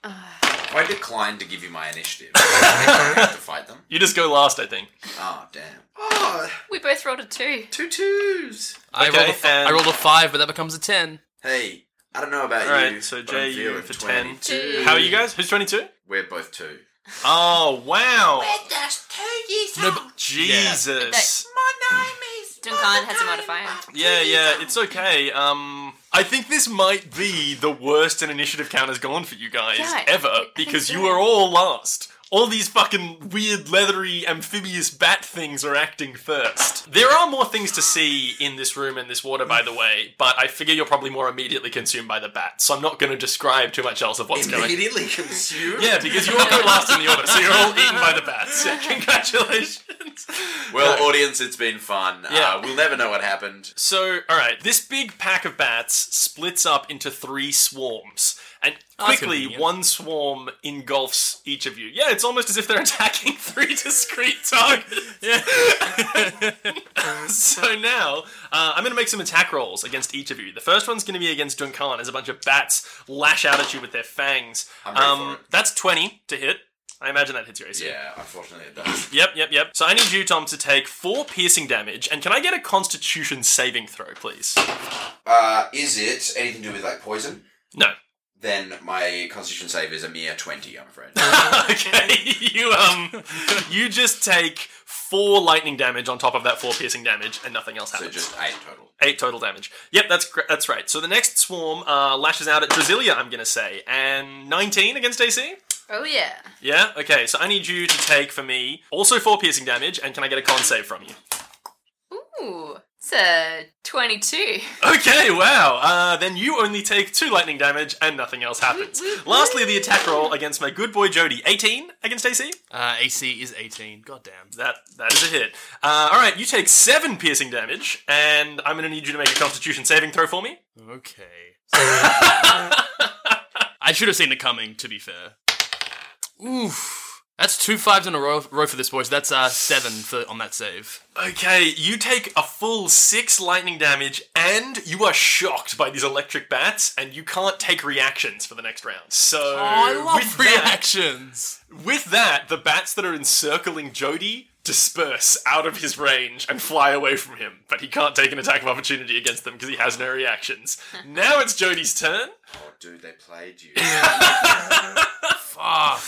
I declined to give you my initiative. I have to fight them. You just go last, I think. Oh, damn. Oh, We both rolled a two. two twos. I, Okay, rolled a f- and- I rolled a five, but that becomes a ten. Hey, I don't know about Alright, you. so but I'm Jay, feeling you for 10. 22. How are you guys? Who's 22? We're both two. Oh, wow. That's two years No, but Jesus. My name is. Duncan has a modifier. Yeah, yeah, it's okay. Um, I think this might be the worst an initiative count has gone for you guys Yeah, I- I ever think because so. you are all last. All these fucking weird, leathery, amphibious bat things are acting first. There are more things to see in this room and this water, by the way, but I figure you're probably more immediately consumed by the bats, so I'm not going to describe too much else of what's going on. Immediately consumed. Yeah, because you all go last in the order, so you're all eaten by the bats. Yeah, congratulations. Well, audience, it's been fun. Yeah. Uh, we'll never know what happened. So, all right, this big pack of bats splits up into three swarms, and that's quickly convenient. one swarm engulfs each of you. Yeah, it's almost as if they're attacking three discrete targets. so now uh, I'm going to make some attack rolls against each of you. The first one's going to be against Duncan as a bunch of bats lash out at you with their fangs. I'm ready um, for it. That's 20 to hit. I imagine that hits your AC. Yeah, unfortunately, it does. Yep, yep, yep. So I need you, Tom, to take four piercing damage, and can I get a Constitution saving throw, please? Uh, is it anything to do with like poison? No. Then my Constitution save is a mere twenty. I'm afraid. okay, you um, you just take four lightning damage on top of that four piercing damage, and nothing else so happens. just eight total. Eight total damage. Yep, that's gr- that's right. So the next swarm uh, lashes out at Drasilia, I'm gonna say, and 19 against AC. Oh yeah. Yeah. Okay. So I need you to take for me also four piercing damage, and can I get a con save from you? Ooh, it's a twenty-two. Okay, wow. Uh, then you only take two lightning damage and nothing else happens. Lastly, the attack roll against my good boy Jody. 18 against AC? Uh, AC is eighteen. God damn. That That is a hit. Uh, Alright, you take seven piercing damage, and I'm going to need you to make a constitution saving throw for me. Okay. I should have seen it coming. To be fair. Oof. That's two fives in a row, row for this boy. So that's uh seven for on that save. Okay, you take a full six lightning damage, and you are shocked by these electric bats, and you can't take reactions for the next round. So, with that- reactions. With that, the bats that are encircling Jody disperse out of his range and fly away from him, but he can't take an attack of opportunity against them because he has no reactions. now it's Jody's turn. Oh, dude, they played you. Fuck.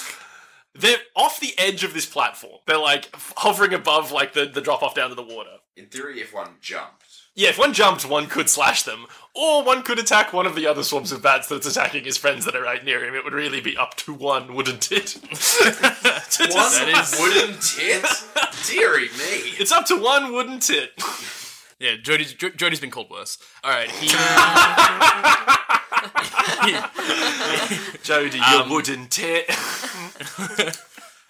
They're off the edge of this platform. They're like f- hovering above like the, the drop off down to the water. In theory, if one jumped, Yeah, if one jumped, one could slash them, or one could attack one of the other swarms of bats that's attacking his friends that are right near him. It would really be up to one, wouldn't it? To one decide. wooden tit. Deary me. It's up to one, wouldn't it? Yeah, Jody's, Jo- Jody's been called worse. All right, he Jody, your Um, wooden tit.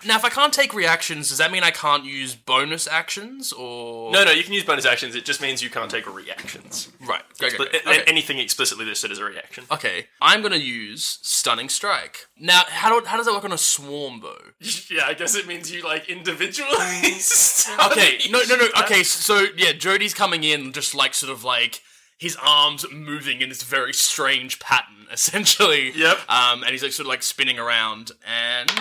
Now, if I can't take reactions, does that mean I can't use bonus actions or no, no, you can use bonus actions. It just means you can't take reactions. Right. Okay. But okay, a- a- okay. anything explicitly listed as a reaction. Okay, I'm gonna use stunning strike. Now, how do, how does that work on a swarm though? Yeah, I guess it means you like individually. stun Okay, each no, no, no. of them. Okay, so yeah, Jody's coming in just like sort of like his arms moving in this very strange pattern, essentially. Yep. Um, and he's like sort of like spinning around, and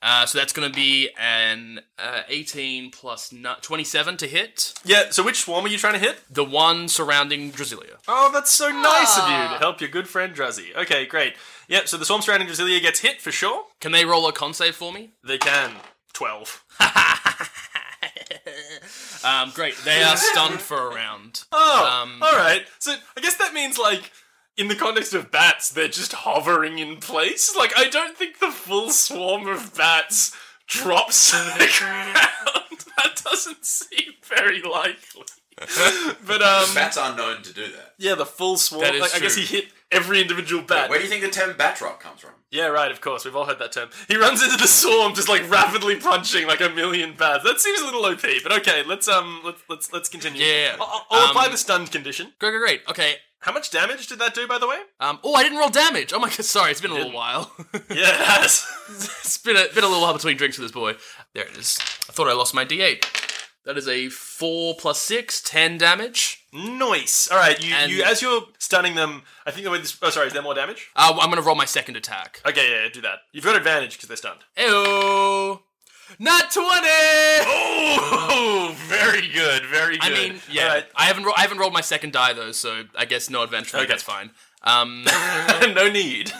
uh, so that's gonna be an uh, 18 plus nu- 27 to hit Yeah. So which swarm are you trying to hit? the one surrounding Drasilia. Oh, that's so nice of you Aw. to help your good friend Drazi. Okay, great. Yep. So the swarm surrounding Drasilia gets hit for sure. Can they roll a con save for me? They can twelve. um, great. They are stunned for a round. Oh, Um, all right. So I guess that means like in the context of bats, they're just hovering in place. Like I don't think the full swarm of bats drops to the ground. That doesn't seem very likely. but um, Bats are known to do that. yeah, the full swarm. That is like, I guess true. he hit every individual bat. Where do you think the term bat rock comes from? Yeah, right, of course. We've all heard that term. He runs into the swarm just like rapidly punching like a million bats. That seems a little OP, but okay, let's um let's let's let's continue. Yeah. I'll, I'll apply Um, the stunned condition. Great, great, great. Okay. How much damage did that do by the way? Um, oh, I didn't roll damage. Oh my god, sorry. It's been a little while. Yeah, it has. it's been a been a little while between drinks with this boy. There it is. I thought I lost my D8. That is a four plus six, ten damage. nice. All right, you And- you as you're stunning them, I think the way this Oh, sorry, is there more damage? Uh, I'm gonna roll my second attack. Okay, yeah, yeah, do that. You've got advantage because they're stunned. Ew. Not twenty. Oh, very good. Very I mean, yeah. All I haven't ro- I haven't rolled my second die though, so I guess no advantage. For me. Okay. That's fine. Um, right. no need.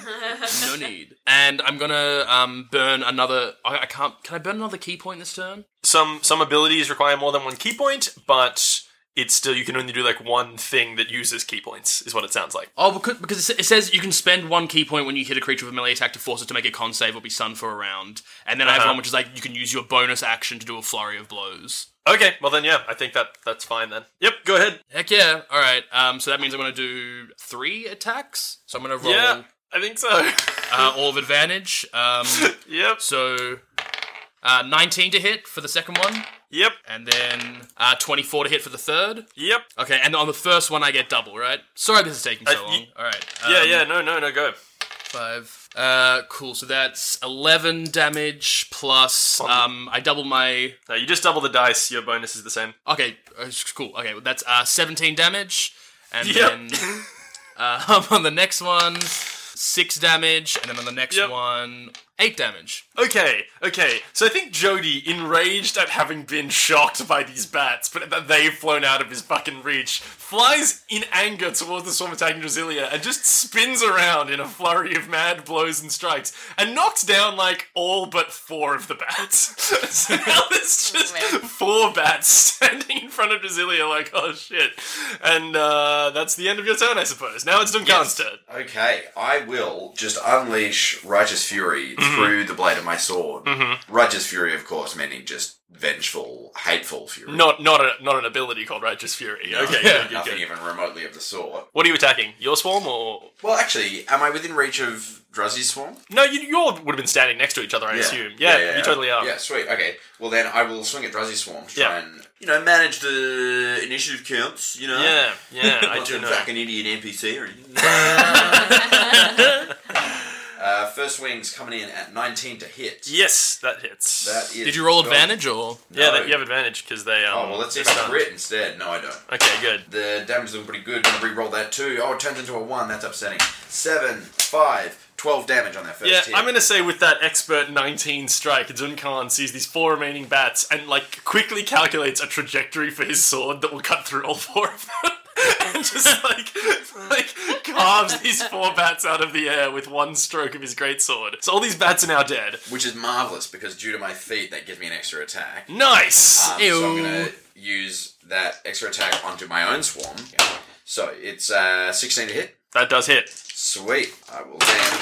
no need. And I'm gonna um burn another. I, I can't. Can I burn another key point this turn? some some abilities require more than one key point, but it's still you can only do like one thing that uses key points, is what it sounds like. Oh, because, because it sa- it says you can spend one key point when you hit a creature with a melee attack to force it to make a con save or be stunned for a round. And then I have Uh-huh. one which is like you can use your bonus action to do a flurry of blows. Okay, well then yeah, I think that that's fine then. Yep, go ahead. Heck yeah! All right. Um, so that means I'm gonna do three attacks. So I'm gonna roll Yeah, I think so. uh, all of advantage. Um, yep, so uh, 19 to hit for the second one, yep, and then uh, 24 to hit for the third. yep. Okay, and on the first one I get double, right? Sorry, this is taking so Uh, long. y- All right. yeah, um, yeah. No, no, no. Go. Five. Uh, cool. So that's eleven damage plus. Um, I double my. No, you just double the dice. Your bonus is the same. Okay, uh, s- cool. Okay, well, that's uh seventeen damage, and Yep. then uh, on the next one six damage, and then on the next Yep. one eight damage. Okay, okay. So I think Jody, enraged at having been shocked by these bats, but that they've flown out of his fucking reach, flies in anger towards the swarm attacking Drasilia and just spins around in a flurry of mad blows and strikes and knocks down like all but four of the bats. so now there's just man. four bats standing in front of Drasilia like, oh shit. And uh, that's the end of your turn, I suppose. Now it's Duncan's turn. Okay, I will just unleash Righteous Fury Mm-hmm. through the blade of my sword. Righteous Fury, of course, meaning just vengeful, hateful fury. Not not a, not an ability called Righteous Fury. Okay, good, good, nothing good. even remotely of the sort. What are you attacking? Your swarm or Well, actually, am I within reach of Druzzy's swarm? No, you, you all would have been standing next to each other, I assume. Yeah, you totally are. Yeah, sweet. Okay, well then I will swing at Druzzy's swarm to Yeah. try and you know manage the initiative counts. You know, yeah, yeah, I Not do in know. fact an Indian NPC or anything. uh, first wing's coming in at 19 to hit. Yes, that hits. That is Did you roll God. advantage or? yeah, No. that, you have advantage because they. Um, Oh well, let's see if they're I stunned. crit instead. No, I don't. Okay, good. The damage is pretty good. Gonna re-roll that too. Oh, it turns into a one. That's upsetting. Seven, five, twelve damage on that first Yeah, hit. I'm gonna say with that expert 19 strike, Zun Khan sees these four remaining bats and like quickly calculates a trajectory for his sword that will cut through all four of them. and just like like carves these four bats out of the air with one stroke of his great sword. So all these bats are now dead. which is marvelous because due to my feet, that gives me an extra attack. Nice. Um, so I'm Mm, Ew. gonna use that extra attack onto my own swarm. So it's uh, 16 to hit. that does hit. Sweet. I will then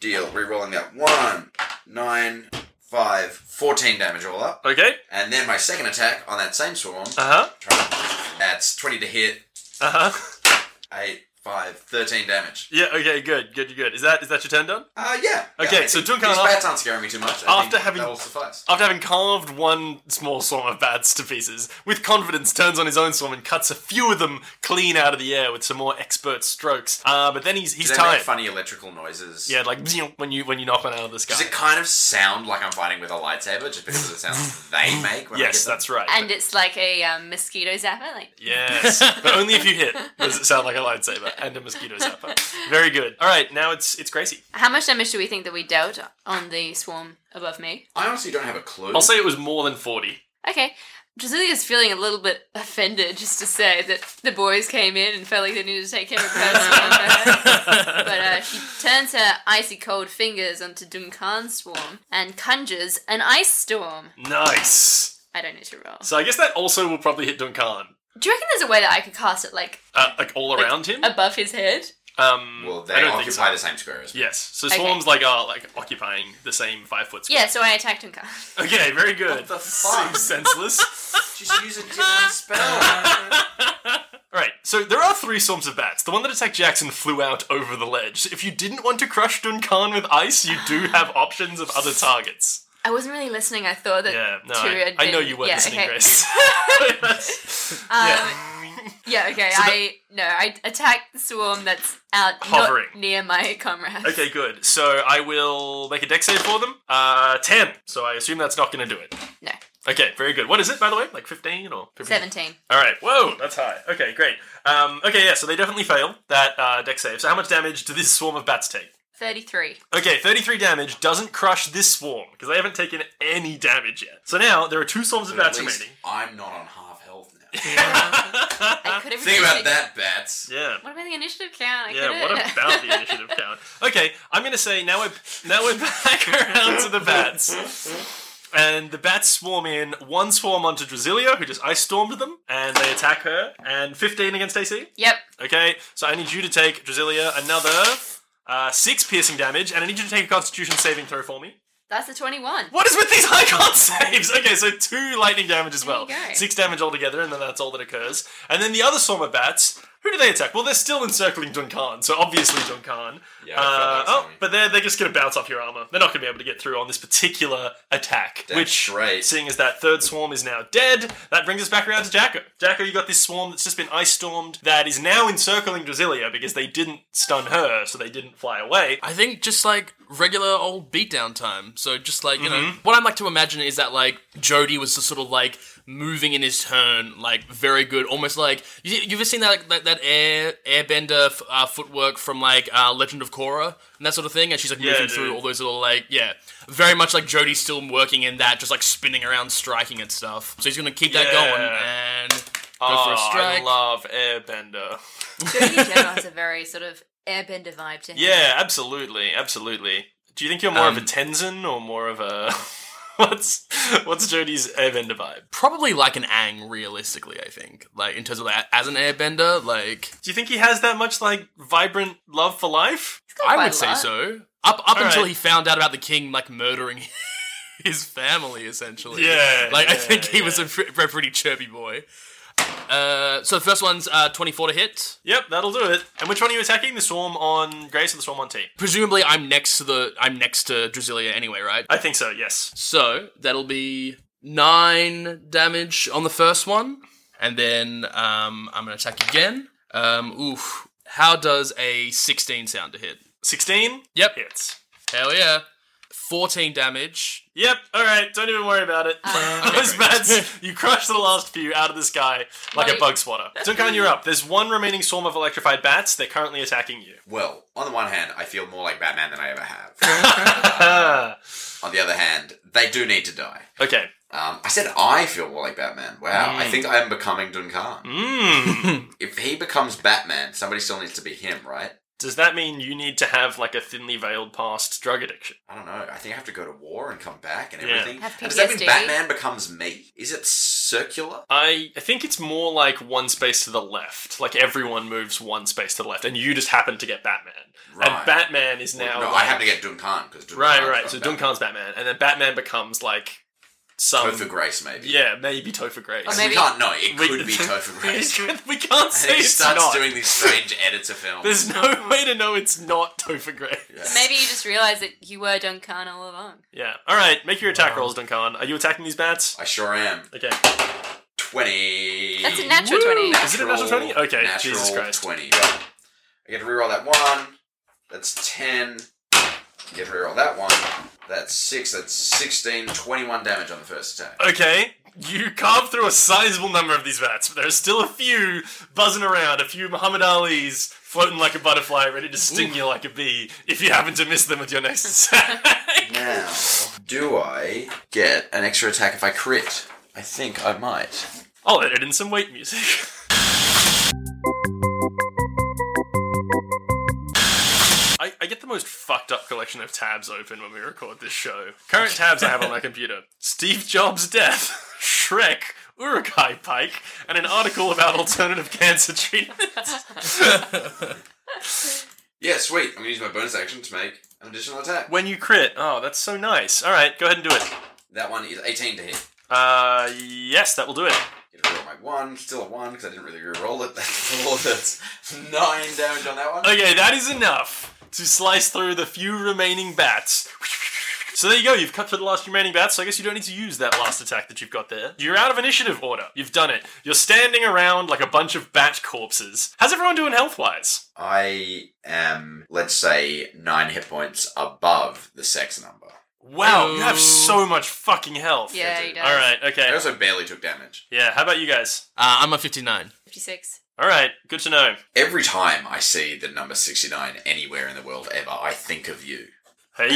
deal re-rolling that one, nine, five, 14 damage all up, Okay. and then my second attack on that same swarm. Uh huh. try- That's 20 to hit. Uh huh. Eight, five, five, 13 damage. Yeah. Okay. Good. Good. Good. Is that is that your turn done? Uh, yeah. Okay, yeah, so Duncan. Duncan, These after- bats aren't scaring me too much. I after think having- That will suffice. After having carved one small swarm of bats to pieces, with confidence turns on his own swarm and cuts a few of them clean out of the air with some more expert strokes. Uh, but then he's he's Do they tired. make funny electrical noises? Yeah, like when you when you knock one out of the Does sky. it kind of sound like I'm fighting with a lightsaber just because of the sounds they make? When I Yes, get them? that's right. And it's like a um, mosquito zapper. Like, Yes, but only if you hit does it sound like a lightsaber and a mosquito zapper. Very good. All right, now it's it's Gracie. how much damage do we think that we dealt on the swarm above me? I honestly don't have a clue. I'll say it was more than forty. Okay. Dracilia's feeling a little bit offended just to say that the boys came in and felt like they needed to take care of her. but uh, she turns her icy cold fingers onto Duncan's swarm and conjures an ice storm. Nice. I don't need to roll. So I guess that also will probably hit Duncan, Do you reckon there's a way that I could cast it like uh, like all like, around him. above his head? Um, well, they I don't occupy think so. the same square as me. Yes, so Okay. swarms like are like occupying the same five foot. Yeah, so I attack Duncan. Okay, very good. the Seems fuck? senseless. Just use a different spell. All right, so there are three swarms of bats. The one that attacked Jackson flew out over the ledge. So if you didn't want to crush Duncan with ice, you do have options of other targets. I wasn't really listening. I thought that Yeah, no, two I, had I know been- you weren't yeah, listening, okay. Grace. Um, yeah. okay. So the- I no, I attack the swarm that's out not Hovering. near my comrades. Okay, good. So I will make a deck save for them. Uh, 10. So I assume that's not going to do it. No, Okay, very good. What is it, by the way? Like 15 or 15? seventeen. All right. Whoa, that's high. Okay, great. Um, okay, yeah, so they definitely fail that uh, deck save. So how much damage did this swarm of bats take? 33. Okay, 33 damage doesn't crush this swarm because they haven't taken any damage yet. So now there are two swarms of But at bats least remaining. I'm not on half health now. I could have Think about that, bats. Yeah. What about the initiative count? I Yeah, could've- what about the initiative count? Okay, I'm gonna say now we're now we're back around to the bats. And the bats swarm in, one swarm onto Drasilia, who just ice stormed them, and they attack her. And 15 against AC. yep. Okay, so I need you to take Drasilia another uh, six piercing damage, and I need you to take a constitution saving throw for me. That's a 21. What is with these high con saves? Okay, so two lightning damage as well. you go. Six damage altogether, and then that's all that occurs. And then the other swarm of bats, who do they attack? Well, they're still encircling Duncan, so obviously Duncan. Yeah, I felt Uh, that was oh, coming. but they're, they're just going to bounce off your armor. They're not going to be able to get through on this particular attack. That's which, right. seeing as that third swarm is now dead, that brings us back around to Jacko. Jacko, you got this swarm that's just been ice stormed that is now encircling Drasilia because they didn't stun her, so they didn't fly away. I think just like regular old beatdown time. So just like you Mm-hmm. know, what I'm like to imagine is that like Jody was just sort of like moving in his turn, like very good, almost like you, you've ever seen that like, that, that air airbender f- uh, footwork from like uh, Legend of Korra and that sort of thing, and she's like Yeah, moving dude. through all those little like yeah, very much like Jody's still working in that, just like spinning around, striking and stuff. So he's gonna keep that going Yeah. and go for a Oh, strike. I love Airbender. Jodie General has a very sort of airbender vibe to him. Yeah, absolutely, absolutely. Do you think you're more of a Um, Tenzin or more of a what's what's Jody's Airbender vibe? Probably like an Ang, realistically, I think. Like in terms of like, as an airbender, like Do you think he has that much like vibrant love for life? He's got I quite would a say lot. so. Up up All until right. he found out about the king like murdering his family essentially. Yeah, Like I yeah, think he was yeah. a pre- pre- pretty chirpy boy. Uh, so the first one's uh, 24 to hit. Yep, that'll do it. And which one are you attacking? The swarm on Grace or the swarm on T? Presumably I'm next to the I'm next to Drasilia anyway, right? I think so. Yes. So that'll be 9 damage on the first one and then um, I'm going to attack again. Um, oof. How does a 16 sound to hit? Sixteen. Yep. Hits. Hell yeah. 14 damage Yep. All right. Don't even worry about it. Those Okay, great. bats, you crush the last few out of the sky like a Right. bug swatter. Duncan, you're up. There's one remaining swarm of electrified bats. They're currently attacking you. Well, on the one hand, I feel more like Batman than I ever have. on the other hand, they do need to die. okay. Um, I said I feel more like Batman. Wow, Mm. I think I am becoming Duncan. Hmm. If he becomes Batman, somebody still needs to be him, right? Does that mean you need to have like a thinly veiled past drug addiction? I don't know. I think I have to go to war and come back and Yeah. everything. Have And does that mean PTSD? Batman becomes me? Is it circular? I, I think it's more like one space to the left. Like everyone moves one space to the left, and you just happen to get Batman. And Right. Batman is now. No, I like- have to get Duncan because Right, right. So Duncan's Batman, and then Batman becomes like some. Topher Grace, maybe. Yeah, maybe Topher Grace. Or Like, maybe- We can't know. It We- could be Topher Grace. and we can't say he it's starts not. doing these strange edits of films. There's no way to know it's not Topher Grace. Yeah. Maybe you just realised that you were Duncan all along. Yeah. All right, make your attack rolls, Duncan. Are you attacking these bats? I sure am. Okay. 20. That's a natural 20. Is it a natural 20? Okay, natural Jesus Christ. 20. I get to reroll that one. That's 10. I get to reroll that one. That's 6. That's 16. 21 damage on the first attack. Okay, you carve through a sizable number of these bats, but there are still a few buzzing around, a few Muhammad Ali's floating like a butterfly, ready to sting you like a bee if you happen to miss them with your next attack. Now, do I get an extra attack if I crit? I think I might. I'll edit in some weight music. I, I get the most fucked up collection of tabs open when we record this show. Current tabs I have on my computer Steve Jobs' death, Shrek, Urukai Pike, and an article about alternative cancer treatments. Yeah, sweet. I'm going to use my bonus action to make an additional attack. when you crit, oh, that's so nice. All right, go ahead and do it. That one is 18 to hit. Uh, yes, that will do it. Get to reroll my 1. Still a 1 because I didn't really reroll it. That's 4. That's 9 damage on that one. Okay, that is enough to slice through the few remaining bats. So there you go, you've cut through the last remaining bats, so I guess you don't need to use that last attack that you've got there. You're out of initiative order. You've done it. You're standing around like a bunch of bat corpses. How's everyone doing health wise? I am, let's say, nine hit points above the sex number. Wow, you Oh. have so much fucking health. Yeah, he does. Alright, I okay. also barely took damage. Yeah, how about you guys? Uh, I'm at 59. 56. Alright, good to know. Every time I see the number 69 anywhere in the world ever, I think of you. Hey.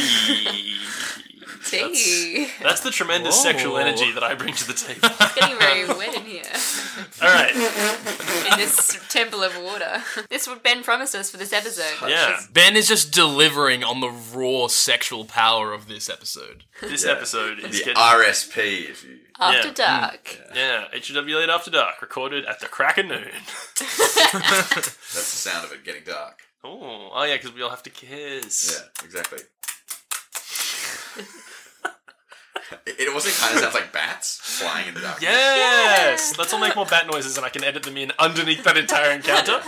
That's, Gee. that's the tremendous Whoa. sexual energy that I bring to the table. It's getting very wet in here. Alright, In this temple of water. This is what Ben promised us for this episode. yeah. Ben is just delivering on the raw sexual power of this episode. This Yeah. episode is The getting RSP, if you. After Yeah. dark. Yeah, HW Late After Dark, recorded at the crack of noon. That's the sound of it getting dark. Oh, oh yeah, because we all have to kiss. Yeah, exactly. it, it also kind of sounds like bats flying in the dark. Yes! Let's all make more bat noises and I can edit them in underneath that entire encounter.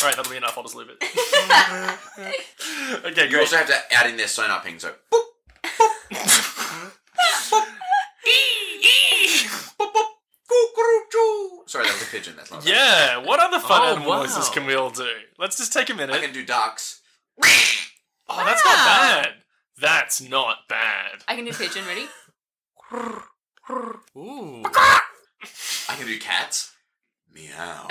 Alright, that'll be enough, I'll just leave it. okay, You great. also have to add in their sonar ping, so boop. boop, boop, coo-coo-choo. Sorry, that was a pigeon. That's not. a- Yeah, what other fun Oh, animal wow. noises can we all do? Let's just take a minute. I can do ducks. Oh, that's not bad. That's not bad. I can do pigeon, ready? Ooh. I can do cats. Meow.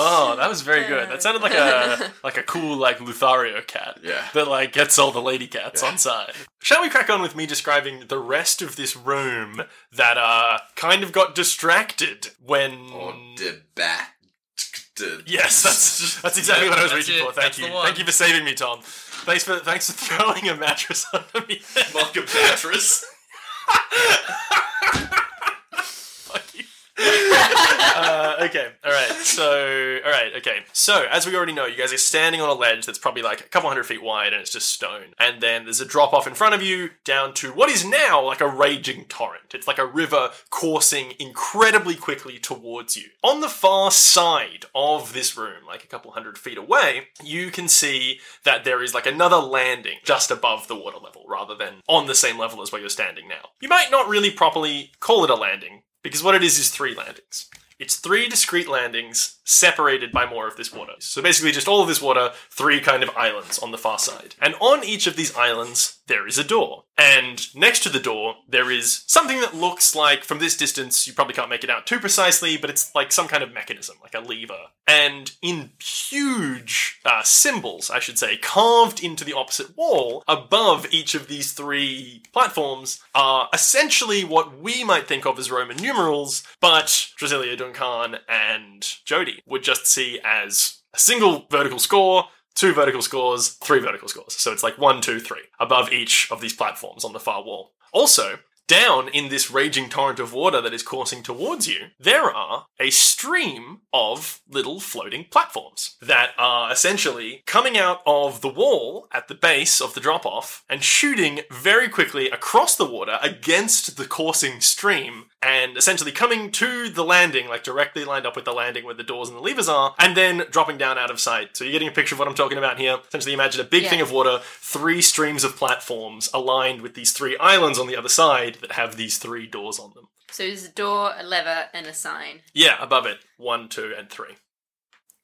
Oh, that was very good. That sounded like a like a cool like Lothario cat. Yeah. that like gets all the lady cats Yeah. on side. Shall we crack on with me describing the rest of this room that uh kind of got distracted when Oh, or de bat. de- Yes, that's that's exactly what I was that's reaching it. for. Thank That's you. the one. Thank you for saving me, Tom. Thanks for thanks for throwing a mattress under me. Mark a mattress. Fuck you. uh, okay, all right. So, all right, okay. So, as we already know, you guys are standing on a ledge that's probably like a couple hundred feet wide, and it's just stone. And then there's a drop off in front of you down to what is now like a raging torrent. It's like a river coursing incredibly quickly towards you. On the far side of this room, like a couple hundred feet away, you can see that there is like another landing just above the water level, rather than on the same level as where you're standing now. You might not really properly call it a landing. Because what it is is three landings. It's three discrete landings separated by more of this water. So basically, just all of this water, three kind of islands on the far side. And on each of these islands, there is a door. And next to the door, there is something that looks like, from this distance, you probably can't make it out too precisely, but it's like some kind of mechanism, like a lever. And in huge uh, symbols, I should say, carved into the opposite wall, above each of these three platforms, are essentially what we might think of as Roman numerals, but Drasilia Duncan and Jody would just see as a single vertical score, two vertical scores, three vertical scores. So it's like one, two, three above each of these platforms on the far wall. Also, Down in this raging torrent of water that is coursing towards you, there are a stream of little floating platforms that are essentially coming out of the wall at the base of the drop off and shooting very quickly across the water against the coursing stream and essentially coming to the landing, like directly lined up with the landing where the doors and the levers are, and then dropping down out of sight. So you're getting a picture of what I'm talking about here. Essentially, imagine a big Yeah. thing of water, three streams of platforms aligned with these three islands on the other side that have these three doors on them. So there's a door, a lever, and a sign. Yeah, above it. One, two, and three.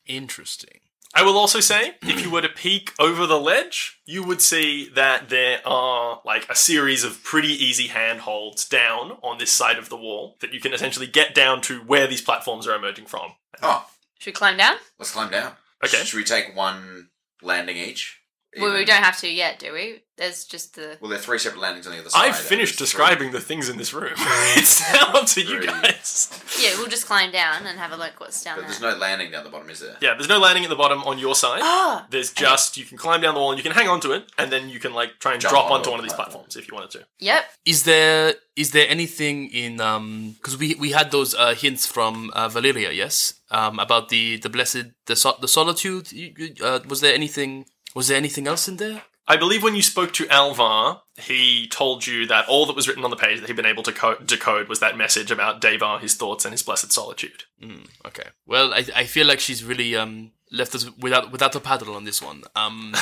Interesting. I will also say, if you were to peek over the ledge, you would see that there are like a series of pretty easy handholds down on this side of the wall that you can essentially get down to where these platforms are emerging from. Oh, Should we climb down? let's climb down. Okay. Should we take one landing each? Well, we Even- don't have to yet, do we? There's just the. Well, there are three separate landings on the other side. I've finished It's three. describing the things in this room. it's now up to you Three. guys. Yeah, we'll just climb down and have a look what's down But there. there's no landing down the bottom, is there? Yeah, there's no landing at the bottom on your side. Ah! There's just you can climb down the wall and you can hang onto it, and then you can like try and Jump drop onto onto a one of these platform. platforms if you wanted to. Yep. Is there is there anything in um because we we had those uh, hints from uh, Valeria yes um about the the blessed the so- the solitude You- you- uh, was there anything was there anything else in there I believe when you spoke to Alvar, he told you that all that was written on the page that he'd been able to co- decode was that message about Devar, his thoughts, and his blessed solitude. Mm, okay. Well, I, I feel like she's really um left us without without a paddle on this one. Um,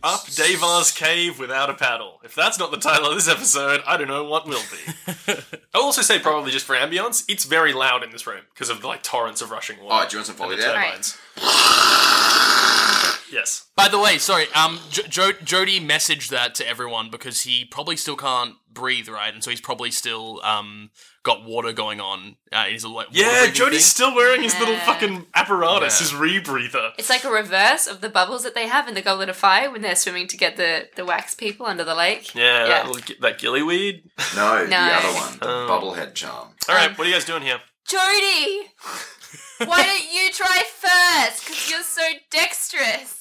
Up Devar's cave without a paddle. If that's not the title of this episode, I don't know what will be. I'll also say, probably just for ambience, it's very loud in this room because of like torrents of rushing Oh, water. do you want some and volley the down? Right. turbines. yes. by the way, sorry. Um, jo- jo- Jody messaged that to everyone because he probably still can't breathe, right? And so he's probably still um got water going on. Uh, he's a, like, water Yeah, breathing Jody's thing. still wearing his little Yeah. fucking apparatus, Yeah. his rebreather. It's like a reverse of the bubbles that they have in the Goblet of Fire when they're swimming to get the, the wax people under the lake. Yeah, Yeah. That, little, gi- that gillyweed. No, the No. other one, the Oh. bubblehead charm. All right, Um, what are you guys doing here? Jody! Why don't you try first? Because you're so dexterous.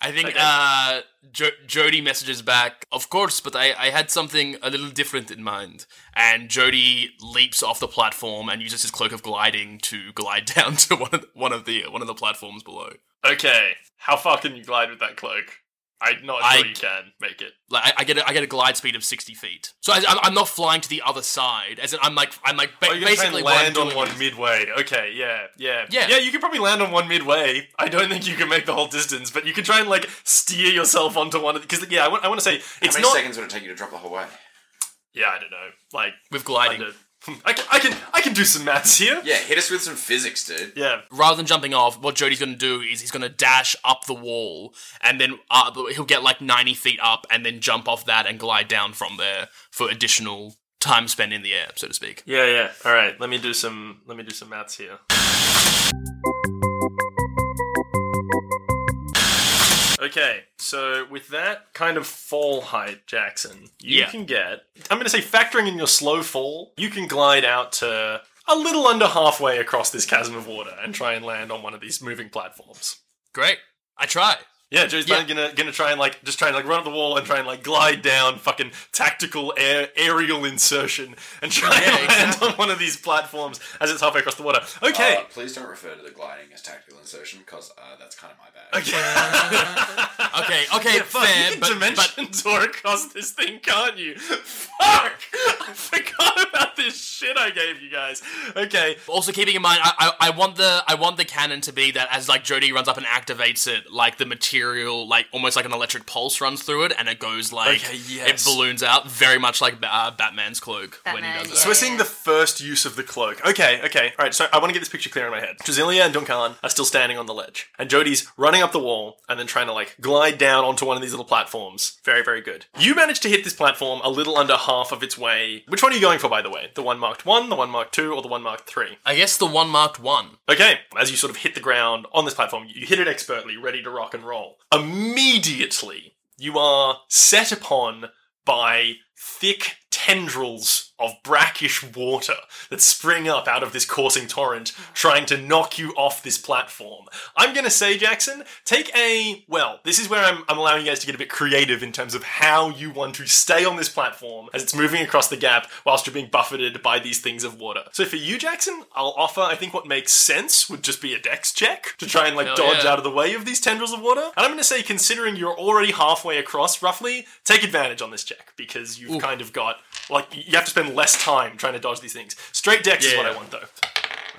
I think Okay. uh, jo- Jody messages back, of course, but I, I had something a little different in mind. And Jody leaps off the platform and uses his cloak of gliding to glide down to one of the, one of the one of the platforms below. Okay, how far can you glide with that cloak? I'm not I- sure you can make it. Like I, I get a, I get a glide speed of sixty feet, so I, I'm, I'm not flying to the other side. As in, I'm like I'm like ba- Oh, you're gonna try and basically what I'm land on doing one is- midway. Okay, yeah, yeah, Yeah. yeah. You can probably land on one midway. I don't think you can make the whole distance, but you can try and like steer yourself onto one of because yeah, I want, I want to say it's How many not. seconds would it take you to drop the whole way? Yeah, I don't know. Like with gliding. under- I can, I can I can do some maths here. Yeah, hit us with some physics, dude. Yeah. rather than jumping off, what Jody's going to do is he's going to dash up the wall, and then up, he'll get like 90 feet up, and then jump off that and glide down from there for additional time spent in the air, so to speak. Yeah, yeah. All right, let me do some let me do some maths here. Okay, so with that kind of fall height, Jackson, you Yeah. can get I'm going to say factoring in your slow fall, you can glide out to a little under halfway across this chasm of water and try and land on one of these moving platforms. Great. I try. Yeah, Joe's Yeah. gonna gonna try and like just try and like run up the wall and try and like glide down, fucking tactical air, aerial insertion, and try Yeah, and land on one of these platforms as it's halfway across the water. Uh, Oh, Okay, please don't refer to the gliding as tactical insertion because uh, that's kind of my bag. okay, Okay, okay, Yeah, fuck, fair, you can but- dimension door across this thing, can't you? Fuck! I forgot about this shit I gave you guys. Okay, Also, keeping in mind, I, I, I want the I want the cannon to be that as like Jody runs up and activates it, like the material, like almost like an electric pulse runs through it, and it goes like Okay, yes. it balloons out, very much like uh, Batman's cloak when Batman, he does yeah. that. So we're seeing the first use of the cloak. Okay, okay. All right, so I want to get this picture clear in my head. Drasilia and Duncan are still standing on the ledge, and Jody's running up the wall and then trying to like glide down onto one of these little platforms. Very, very good. You managed to hit this platform a little under half of its way. Which one are you going for, by the way? The one marked one, the one marked two, or the one marked three? I guess the one marked one. Okay, as you sort of hit the ground on this platform, you hit it expertly, ready to rock and roll. Immediately, you are set upon by thick, tendrils of brackish water that spring up out of this coursing torrent, trying to knock you off this platform. I'm going to say, Jackson, take a. Well, this is where I'm, I'm allowing you guys to get a bit creative in terms of how you want to stay on this platform as it's moving across the gap whilst you're being buffeted by these things of water. So for you, Jackson, I'll offer, I think what makes sense would just be a dex check to try and like Hell dodge yeah. out of the way of these tendrils of water. And I'm going to say, considering you're already halfway across roughly, take advantage on this check because you've kind of got. Like, you have to spend less time trying to dodge these things. Straight dex is Yeah. what I want, though.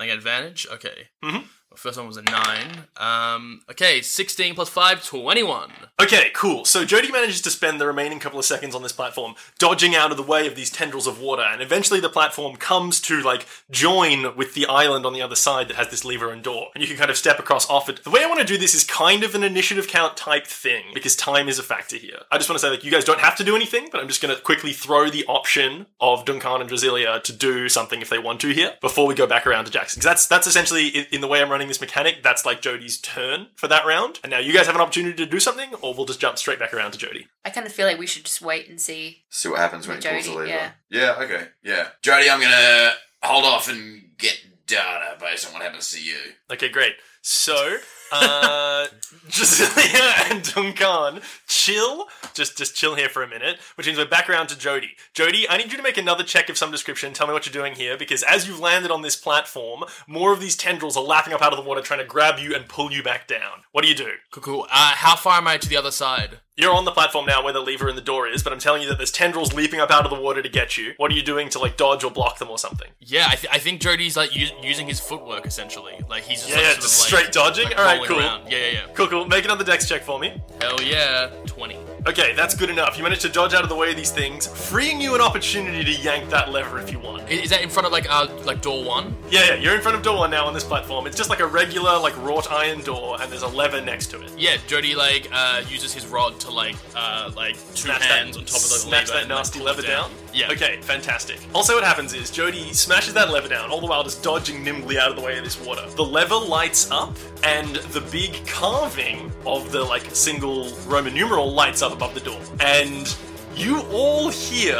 I get advantage? Okay. Mhm. Well, first one was a 9. Um, okay, 16 plus 5, 21. Okay, cool. So Jody manages to spend the remaining couple of seconds on this platform, dodging out of the way of these tendrils of water, and eventually the platform comes to like join with the island on the other side that has this lever and door, and you can kind of step across off it. The way I want to do this is kind of an initiative count type thing because time is a factor here. I just want to say like you guys don't have to do anything, but I'm just going to quickly throw the option of Duncan and Drasilia to do something if they want to here before we go back around to Jackson. 'Cause that's that's essentially in, in the way I'm running this mechanic. That's like Jody's turn for that round, and now you guys have an opportunity to do something, or we'll just jump straight back around to Jody. I kind of feel like we should just wait and see. See what happens when he pulls the Jody, lever. yeah. yeah, okay, yeah. Jody, I'm gonna hold off and get data based on what happens to you. Okay, great. So, uh, Jacilia and Duncan, chill. Just, just chill here for a minute, which means we're back around to Jody. Jody, I need you to make another check of some description. Tell me what you're doing here, because as you've landed on this platform, more of these tendrils are lapping up out of the water, trying to grab you and pull you back down. What do you do? Cool, cool. Uh, how far am I to the other side? You're on the platform now where the lever and the door is, but I'm telling you that there's tendrils leaping up out of the water to get you. What are you doing to, like, dodge or block them or something? Yeah, I, th- I think Jody's like u- using his footwork essentially. Like he's just, Yeah, like, yeah, sort just of, like- straight dodging? like, Alright, rolling cool. around. Yeah, yeah, Cool, cool. Make another dex check for me. yeah. Hell yeah, twenty. Okay, that's good enough. You managed to dodge out of the way of these things, freeing you an opportunity to yank that lever if you want. Is, is that in front of like uh like door one? Yeah, yeah, you're in front of door one now on this platform. It's just like a regular, like wrought iron door, and there's a lever next to it. Yeah, Jody like uh uses his rod to like uh like two Smash that- hands on top of the smash lever that and, like, nasty pull it lever down. Yeah. Okay, fantastic. Also, what happens is Jody smashes that lever down, all the while just dodging nimbly out of the way of this water. The lever lights up, and the big carving of the like single Roman numeral lights up above the door, and you all hear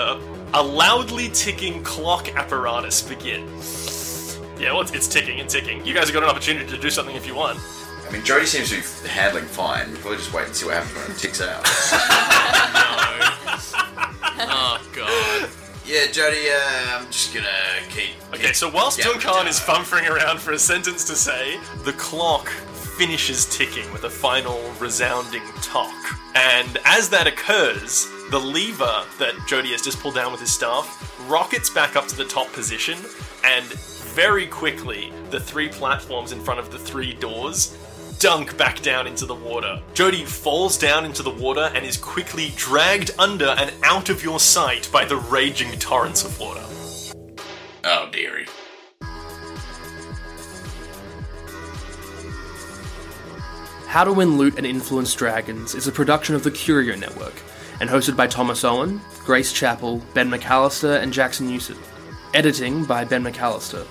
a loudly ticking clock apparatus begin. Yeah, well, it's, it's ticking and ticking. You guys have got an opportunity to do something if you want. I mean, Jody seems to be handling fine. We'll probably just wait and see what happens when it ticks out. Oh god. Yeah, Jody, uh, I'm just gonna keep. Okay, so whilst Yeah, Duncan yeah. is fumfering around for a sentence to say, the clock finishes ticking with a final resounding tock. And as that occurs, the lever that Jody has just pulled down with his staff rockets back up to the top position, and very quickly, the three platforms in front of the three doors dunk back down into the water. Jody falls down into the water and is quickly dragged under and out of your sight by the raging torrents of water. Oh, dearie. How to Win Loot and Influence Dragons is a production of the Curio Network and hosted by Thomas Owen, Grace Chappell, Ben McAllister, and Jackson Newson. Editing by Ben McAllister.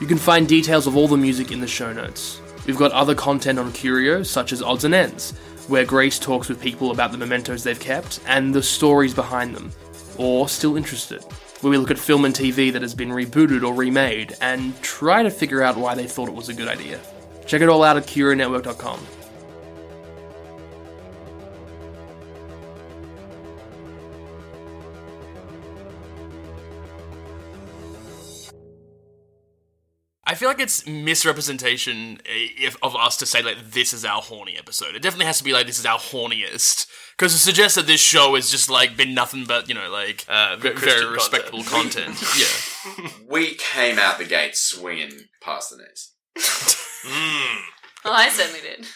You can find details of all the music in the show notes. We've got other content on Curio, such as Odds and Ends, where Grace talks with people about the mementos they've kept and the stories behind them, or Still Interested, where we look at film and TV that has been rebooted or remade and try to figure out why they thought it was a good idea. Check it all out at CurioNetwork.com. I feel like it's misrepresentation eh, if, of us to say like this is our horny episode. It definitely has to be like this is our horniest because it suggests that this show has just like been nothing but you know like uh, ve- very Christian respectable content. yeah, we came out the gate swinging past the knees. Oh, I certainly did.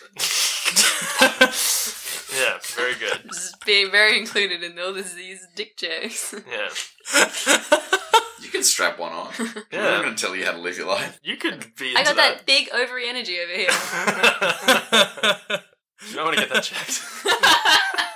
Yeah, very good. Just being very included in all this, these dick jokes. Yeah. You can strap one on. We're not going to tell you how to live your life. You could be into I got that big ovary energy over here. that. I want to get that checked.